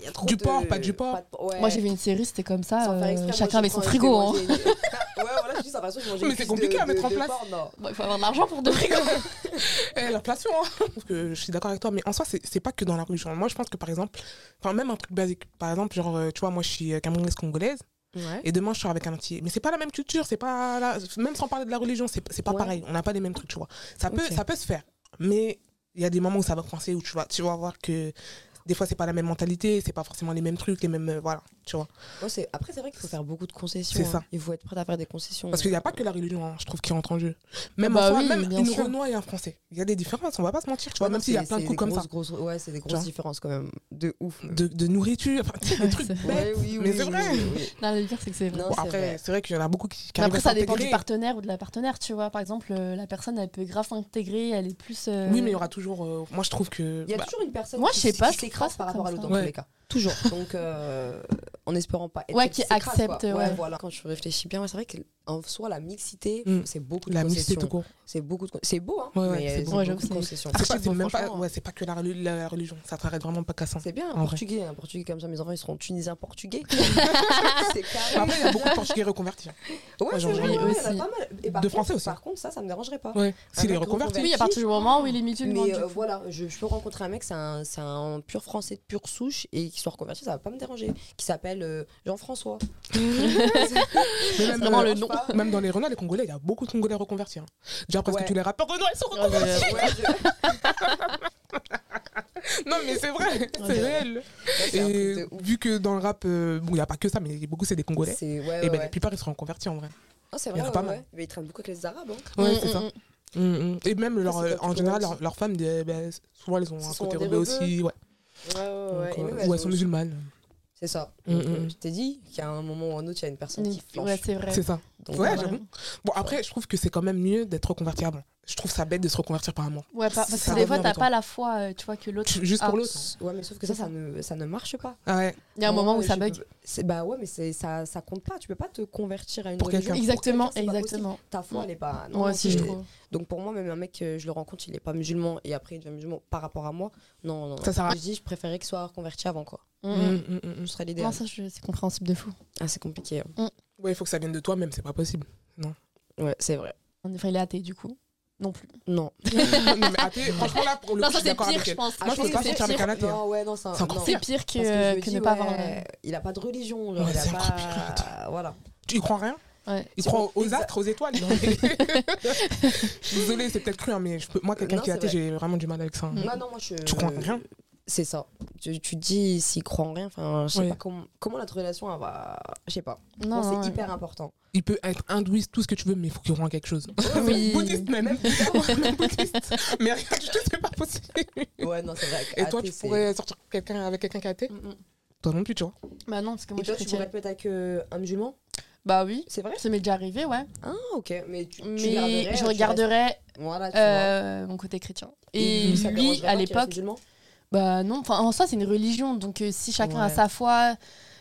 [SPEAKER 2] il y a trop
[SPEAKER 1] Du
[SPEAKER 2] de-
[SPEAKER 1] porc, pas du porc.
[SPEAKER 2] de porc, ouais.
[SPEAKER 3] moi j'ai vu une série, c'était comme ça.
[SPEAKER 2] Sans faire
[SPEAKER 3] euh,
[SPEAKER 2] exprès, moi,
[SPEAKER 3] chacun
[SPEAKER 2] j'ai
[SPEAKER 3] avait son
[SPEAKER 2] quand
[SPEAKER 3] frigo.
[SPEAKER 2] j'ai
[SPEAKER 3] hein.
[SPEAKER 2] mangé une- (laughs) ouais, voilà, juste après ça, j'ai mangé
[SPEAKER 1] Mais
[SPEAKER 2] une
[SPEAKER 1] c'est
[SPEAKER 2] cuisse
[SPEAKER 1] compliqué
[SPEAKER 2] de-
[SPEAKER 1] à mettre
[SPEAKER 2] de-
[SPEAKER 1] en
[SPEAKER 2] de
[SPEAKER 1] place.
[SPEAKER 2] porc, non.
[SPEAKER 3] Bon, il faut avoir de l'argent pour deux frigos.
[SPEAKER 1] Eh, l'inflation, hein. Je trouve que je suis d'accord avec toi, mais en soi, c'est c'est pas que dans la religion. Moi, je pense que par exemple, enfin, même un truc basique, par exemple, genre, euh, tu vois, moi, je suis euh, camerounaise congolaise, et demain, je sors avec un entier. Mais c'est pas la même culture, c'est pas. la- Même sans parler de la religion, c'est c'est pas
[SPEAKER 2] Ouais.
[SPEAKER 1] pareil. On n'a pas les mêmes trucs, tu vois. Ça peut,
[SPEAKER 2] Ok.
[SPEAKER 1] ça peut se faire, mais il y a des moments où ça va coincer, où tu vas, tu vas voir que des fois, c'est pas la même mentalité, c'est pas forcément les mêmes trucs, les mêmes. euh, voilà, tu vois.
[SPEAKER 2] Ouais, c'est- Après, c'est vrai qu'il faut faire beaucoup de concessions.
[SPEAKER 1] C'est ça.
[SPEAKER 2] hein. Il faut être prêt à faire des concessions.
[SPEAKER 1] Parce qu'il n'y a pas que la religion, hein, je trouve, qui rentre en jeu. Même,
[SPEAKER 3] bah
[SPEAKER 1] en soi,
[SPEAKER 3] oui,
[SPEAKER 1] même
[SPEAKER 3] bien
[SPEAKER 1] une
[SPEAKER 3] sûr.
[SPEAKER 1] Renoir et un Français. Il y a des différences, on va pas se mentir, tu vois,
[SPEAKER 2] Ouais, non,
[SPEAKER 1] même s'il y a
[SPEAKER 2] c'est-
[SPEAKER 1] plein de
[SPEAKER 2] c'est
[SPEAKER 1] coups
[SPEAKER 2] des
[SPEAKER 1] comme ça.
[SPEAKER 2] (laughs) grosses, grosses- Ouais, c'est des grosses
[SPEAKER 1] Genre.
[SPEAKER 2] différences quand même. De ouf.
[SPEAKER 1] De, de nourriture, enfin, tu sais, des trucs.
[SPEAKER 3] c'est vrai.
[SPEAKER 1] bêtes.
[SPEAKER 2] oui,
[SPEAKER 1] Mais c'est vrai.
[SPEAKER 2] oui.
[SPEAKER 3] Non, le pire c'est que c'est vrai.
[SPEAKER 2] Non,
[SPEAKER 1] Bon,
[SPEAKER 2] c'est
[SPEAKER 1] après,
[SPEAKER 2] vrai.
[SPEAKER 1] c'est vrai qu'il y en a beaucoup qui, qui
[SPEAKER 3] Mais
[SPEAKER 1] arrivent
[SPEAKER 3] après
[SPEAKER 1] à
[SPEAKER 3] ça dépend du
[SPEAKER 1] s'intégrer.
[SPEAKER 3] partenaire ou de la partenaire, tu vois. Par exemple, euh, la personne elle peut grave s'intégrer, elle est plus. euh,
[SPEAKER 1] Oui, mais il y aura toujours. euh, moi, je trouve que.
[SPEAKER 2] Il y a
[SPEAKER 1] bah,
[SPEAKER 2] toujours une personne
[SPEAKER 3] Moi,
[SPEAKER 2] qui
[SPEAKER 3] je sais
[SPEAKER 2] s-
[SPEAKER 3] pas,
[SPEAKER 2] qui
[SPEAKER 3] je trouve
[SPEAKER 2] s'écrase
[SPEAKER 3] pas
[SPEAKER 2] par
[SPEAKER 3] ça
[SPEAKER 2] rapport à
[SPEAKER 3] comme ça.
[SPEAKER 2] l'autre dans tous
[SPEAKER 1] Ouais.
[SPEAKER 2] les cas. Toujours. (laughs) Donc, euh, en espérant pas être
[SPEAKER 3] Ouais,
[SPEAKER 2] sexiste,
[SPEAKER 3] qui
[SPEAKER 2] c'est crade,
[SPEAKER 3] accepte,
[SPEAKER 2] quoi.
[SPEAKER 3] ouais.
[SPEAKER 2] voilà. Quand je réfléchis bien, ouais, c'est vrai qu'en soi, la mixité,
[SPEAKER 1] Mm.
[SPEAKER 2] c'est beaucoup de
[SPEAKER 1] La mixité
[SPEAKER 2] concessions.
[SPEAKER 1] tout court.
[SPEAKER 2] C'est beaucoup de con- C'est beau, hein,
[SPEAKER 1] Ouais, ouais,
[SPEAKER 2] mais
[SPEAKER 1] c'est Ah,
[SPEAKER 2] c'est
[SPEAKER 1] beau.
[SPEAKER 3] Ouais, j'avoue,
[SPEAKER 2] beaucoup de
[SPEAKER 3] c'est-
[SPEAKER 2] concessions.
[SPEAKER 1] Après,
[SPEAKER 3] c'est
[SPEAKER 1] c'est
[SPEAKER 3] pas-
[SPEAKER 1] même pas,
[SPEAKER 3] franchement,
[SPEAKER 1] ouais, c'est pas que la, relu- la religion. Ça s'arrête vraiment pas qu'à ça.
[SPEAKER 2] C'est bien, un
[SPEAKER 1] En vrai.
[SPEAKER 2] portugais, un portugais comme ça, mes enfants ils seront tunisiens portugais. (laughs) c'est carré.
[SPEAKER 1] Après, il y a beaucoup de Portugais reconvertis. hein.
[SPEAKER 2] Ouais, c'est
[SPEAKER 1] j'en
[SPEAKER 2] vrai,
[SPEAKER 1] ris
[SPEAKER 2] ouais,
[SPEAKER 3] aussi.
[SPEAKER 2] il y en a pas mal. Et par
[SPEAKER 1] De
[SPEAKER 2] contre-
[SPEAKER 1] Français aussi.
[SPEAKER 2] Par contre, ça, ça me dérangerait pas.
[SPEAKER 1] Ouais. S'il est
[SPEAKER 2] mec
[SPEAKER 1] reconverti.
[SPEAKER 3] Oui, à partir du moment où il est musulman.
[SPEAKER 2] Mais
[SPEAKER 3] du
[SPEAKER 2] euh,
[SPEAKER 3] coup.
[SPEAKER 2] voilà, je, je peux rencontrer un mec, c'est un, c'est un pur français de pure souche et qui soit reconverti, ça va pas me déranger. Qui s'appelle euh,
[SPEAKER 3] (laughs)
[SPEAKER 2] Jean-François.
[SPEAKER 1] Mais même,
[SPEAKER 3] vraiment
[SPEAKER 1] euh,
[SPEAKER 3] le nom.
[SPEAKER 1] Même dans les Renault, les Congolais, il y a beaucoup de Congolais reconvertis. hein. Déjà, presque
[SPEAKER 2] Ouais.
[SPEAKER 1] tous les rappeurs Renault, ils sont
[SPEAKER 3] Ouais,
[SPEAKER 1] reconvertis.
[SPEAKER 3] ouais, ouais.
[SPEAKER 2] Ouais, je- ça,
[SPEAKER 1] Non, mais c'est vrai, c'est réel.
[SPEAKER 2] c'est un
[SPEAKER 1] Et
[SPEAKER 2] truc de ouf.
[SPEAKER 1] vu que dans le rap, euh, bon, il n'y a pas que ça, mais beaucoup, c'est des Congolais.
[SPEAKER 2] C'est
[SPEAKER 1] Et
[SPEAKER 2] ouais, ouais,
[SPEAKER 1] ben, la
[SPEAKER 2] ouais.
[SPEAKER 1] plupart, ils se reconvertis en vrai.
[SPEAKER 2] Ah, c'est
[SPEAKER 1] il y en
[SPEAKER 2] vrai,
[SPEAKER 1] a pas
[SPEAKER 2] ouais,
[SPEAKER 1] mal.
[SPEAKER 2] ouais. Mais ils traînent beaucoup avec les Arabes. hein.
[SPEAKER 1] Ouais,
[SPEAKER 3] Mm,
[SPEAKER 1] c'est ça.
[SPEAKER 3] mm,
[SPEAKER 1] Mm, mm. Et même, leur,
[SPEAKER 2] c'est
[SPEAKER 1] euh, en
[SPEAKER 2] pas toujours
[SPEAKER 1] général,
[SPEAKER 2] aussi.
[SPEAKER 1] leurs leurs femmes, des- ben, souvent, elles ont
[SPEAKER 2] Ce
[SPEAKER 1] un
[SPEAKER 2] sont
[SPEAKER 1] côté
[SPEAKER 2] des
[SPEAKER 1] rebelle
[SPEAKER 2] rebeux.
[SPEAKER 1] aussi. Ouais.
[SPEAKER 2] Ouais, ouais, ouais.
[SPEAKER 1] Donc,
[SPEAKER 2] Et
[SPEAKER 1] euh,
[SPEAKER 2] même,
[SPEAKER 1] ou
[SPEAKER 2] elles
[SPEAKER 1] elles sont
[SPEAKER 2] ont-
[SPEAKER 1] musulmanes.
[SPEAKER 2] C'est ça.
[SPEAKER 1] Mm,
[SPEAKER 2] Donc, euh,
[SPEAKER 1] mm.
[SPEAKER 2] Je t'ai dit qu'il y a un moment ou un autre, il y a une personne qui
[SPEAKER 3] mm. Ouais,
[SPEAKER 2] flanche.
[SPEAKER 3] c'est vrai.
[SPEAKER 1] C'est ça.
[SPEAKER 2] Donc,
[SPEAKER 1] Ouais,
[SPEAKER 2] voilà.
[SPEAKER 1] j'avoue. Bon, après, je trouve que c'est quand même mieux d'être reconverti avant. Je trouve ça bête de se reconvertir par amour.
[SPEAKER 3] Ouais, pas-
[SPEAKER 1] Ça
[SPEAKER 3] parce que des fois,
[SPEAKER 1] revient
[SPEAKER 3] t'as
[SPEAKER 1] longtemps.
[SPEAKER 3] pas la foi, euh, tu vois, que l'autre.
[SPEAKER 1] Juste pour
[SPEAKER 3] Ah,
[SPEAKER 1] l'autre.
[SPEAKER 2] Ouais, mais sauf que ça, ça ne, ça ne marche pas.
[SPEAKER 1] Ah ouais.
[SPEAKER 3] Il y a un
[SPEAKER 2] Ouais,
[SPEAKER 3] moment où
[SPEAKER 2] je
[SPEAKER 3] ça
[SPEAKER 2] peux-
[SPEAKER 3] bug.
[SPEAKER 2] c'est- Bah ouais, mais c'est- ça, ça compte pas. Tu peux pas te convertir à une
[SPEAKER 1] Pour
[SPEAKER 2] religion.
[SPEAKER 1] quelqu'un.
[SPEAKER 3] Exactement,
[SPEAKER 2] Pour quelqu'un, c'est pas
[SPEAKER 3] exactement.
[SPEAKER 2] possible. Ta foi, elle est pas. non,
[SPEAKER 3] Moi
[SPEAKER 2] non,
[SPEAKER 3] aussi,
[SPEAKER 2] c'est-
[SPEAKER 3] je trouve.
[SPEAKER 2] Donc pour moi, même un mec, euh, je le rencontre, il est pas musulman et après il devient musulman par rapport à moi. Non, non. non.
[SPEAKER 1] Ça sert à-
[SPEAKER 2] Je dis, je préférais qu'il soit reconverti avant quoi.
[SPEAKER 3] Mm, mm.
[SPEAKER 1] Mm, mm, mm, mm.
[SPEAKER 2] Ce serait l'idéal.
[SPEAKER 3] Non, ça, je- c'est compréhensible de fou.
[SPEAKER 2] Ah, c'est compliqué. hein.
[SPEAKER 1] Ouais, il faut que ça vienne de toi, même, c'est
[SPEAKER 3] (laughs)
[SPEAKER 1] pas possible. (laughs)
[SPEAKER 2] Ouais, c'est vrai.
[SPEAKER 3] Enfin, il est athée, du coup. Non plus.
[SPEAKER 2] Non.
[SPEAKER 1] non, mais athée, franchement, là, pour le
[SPEAKER 3] Non,
[SPEAKER 1] coup, je
[SPEAKER 3] ça,
[SPEAKER 1] suis
[SPEAKER 3] c'est
[SPEAKER 1] d'accord
[SPEAKER 3] pire,
[SPEAKER 1] avec
[SPEAKER 3] je
[SPEAKER 1] elle.
[SPEAKER 3] pense.
[SPEAKER 1] Moi, je peux
[SPEAKER 3] pense
[SPEAKER 1] pas
[SPEAKER 3] que
[SPEAKER 1] sortir
[SPEAKER 3] c'est
[SPEAKER 1] avec un athée. hein.
[SPEAKER 2] Non, ouais, non, c'est un-
[SPEAKER 1] C'est encore
[SPEAKER 2] non.
[SPEAKER 1] pire.
[SPEAKER 3] C'est pire que,
[SPEAKER 2] Parce que je
[SPEAKER 3] euh,
[SPEAKER 2] me
[SPEAKER 3] que
[SPEAKER 2] dis,
[SPEAKER 3] ne pas
[SPEAKER 2] ouais,
[SPEAKER 3] avoir.
[SPEAKER 2] Il a pas de religion. genre,
[SPEAKER 1] Ouais,
[SPEAKER 2] il a
[SPEAKER 1] c'est
[SPEAKER 2] pas-
[SPEAKER 1] encore pire,
[SPEAKER 2] Voilà.
[SPEAKER 1] Tu y crois rien
[SPEAKER 3] Ouais.
[SPEAKER 1] Il croit aux
[SPEAKER 2] Exact.
[SPEAKER 1] astres,
[SPEAKER 3] (laughs)
[SPEAKER 1] aux étoiles. je suis désolée, c'est peut-être cru, hein, mais je peux-
[SPEAKER 3] Euh,
[SPEAKER 1] moi, quelqu'un
[SPEAKER 2] Non,
[SPEAKER 1] qui est
[SPEAKER 2] c'est
[SPEAKER 1] athée,
[SPEAKER 2] vrai.
[SPEAKER 1] j'ai vraiment du mal avec ça. hein.
[SPEAKER 3] Mm.
[SPEAKER 2] Non, non, moi je.
[SPEAKER 1] Tu crois en rien
[SPEAKER 2] C'est ça. Tu, tu dis s'il croit en rien. Enfin, je sais
[SPEAKER 1] Ouais.
[SPEAKER 2] pas comment, comment notre relation elle va. Je sais pas.
[SPEAKER 3] Non, hein.
[SPEAKER 2] Moi,
[SPEAKER 3] non,
[SPEAKER 2] c'est
[SPEAKER 1] (laughs)
[SPEAKER 2] hyper important.
[SPEAKER 1] Il peut être hindouiste, tout ce que tu veux, mais il faut qu'il croit en quelque chose.
[SPEAKER 3] Mm. Oui.
[SPEAKER 1] Bouddhiste même.
[SPEAKER 2] (laughs)
[SPEAKER 1] Même bouddhiste. Mais rien du tout, c'est pas possible.
[SPEAKER 2] Ouais, non, c'est vrai.
[SPEAKER 1] Et toi,
[SPEAKER 2] athée,
[SPEAKER 1] tu
[SPEAKER 2] c'est-
[SPEAKER 1] pourrais sortir quelqu'un avec quelqu'un qui est athée
[SPEAKER 2] Mm, mm.
[SPEAKER 1] Toi non plus, tu vois.
[SPEAKER 3] Bah non, parce que moi,
[SPEAKER 2] Et toi,
[SPEAKER 3] je suis
[SPEAKER 2] tu pourrais
[SPEAKER 3] chrétienne.
[SPEAKER 2] te mettre avec euh, un musulman
[SPEAKER 3] Bah oui.
[SPEAKER 2] C'est vrai
[SPEAKER 3] Ça m'est déjà arrivé, ouais.
[SPEAKER 2] Ah, ok. Mais tu, tu garderais, euh,
[SPEAKER 3] Mais je
[SPEAKER 2] tu
[SPEAKER 3] regarderais
[SPEAKER 2] restes- Voilà, tu vois. Mm,
[SPEAKER 3] euh, mon côté chrétien. Et
[SPEAKER 2] ça te dérangerait
[SPEAKER 3] lui,
[SPEAKER 2] pas
[SPEAKER 3] à
[SPEAKER 2] qu'il reste
[SPEAKER 3] l'époque,
[SPEAKER 2] musulman
[SPEAKER 3] bah non. Enfin, en soi, c'est une religion. Donc, euh, si chacun a
[SPEAKER 2] Ouais.
[SPEAKER 3] sa foi,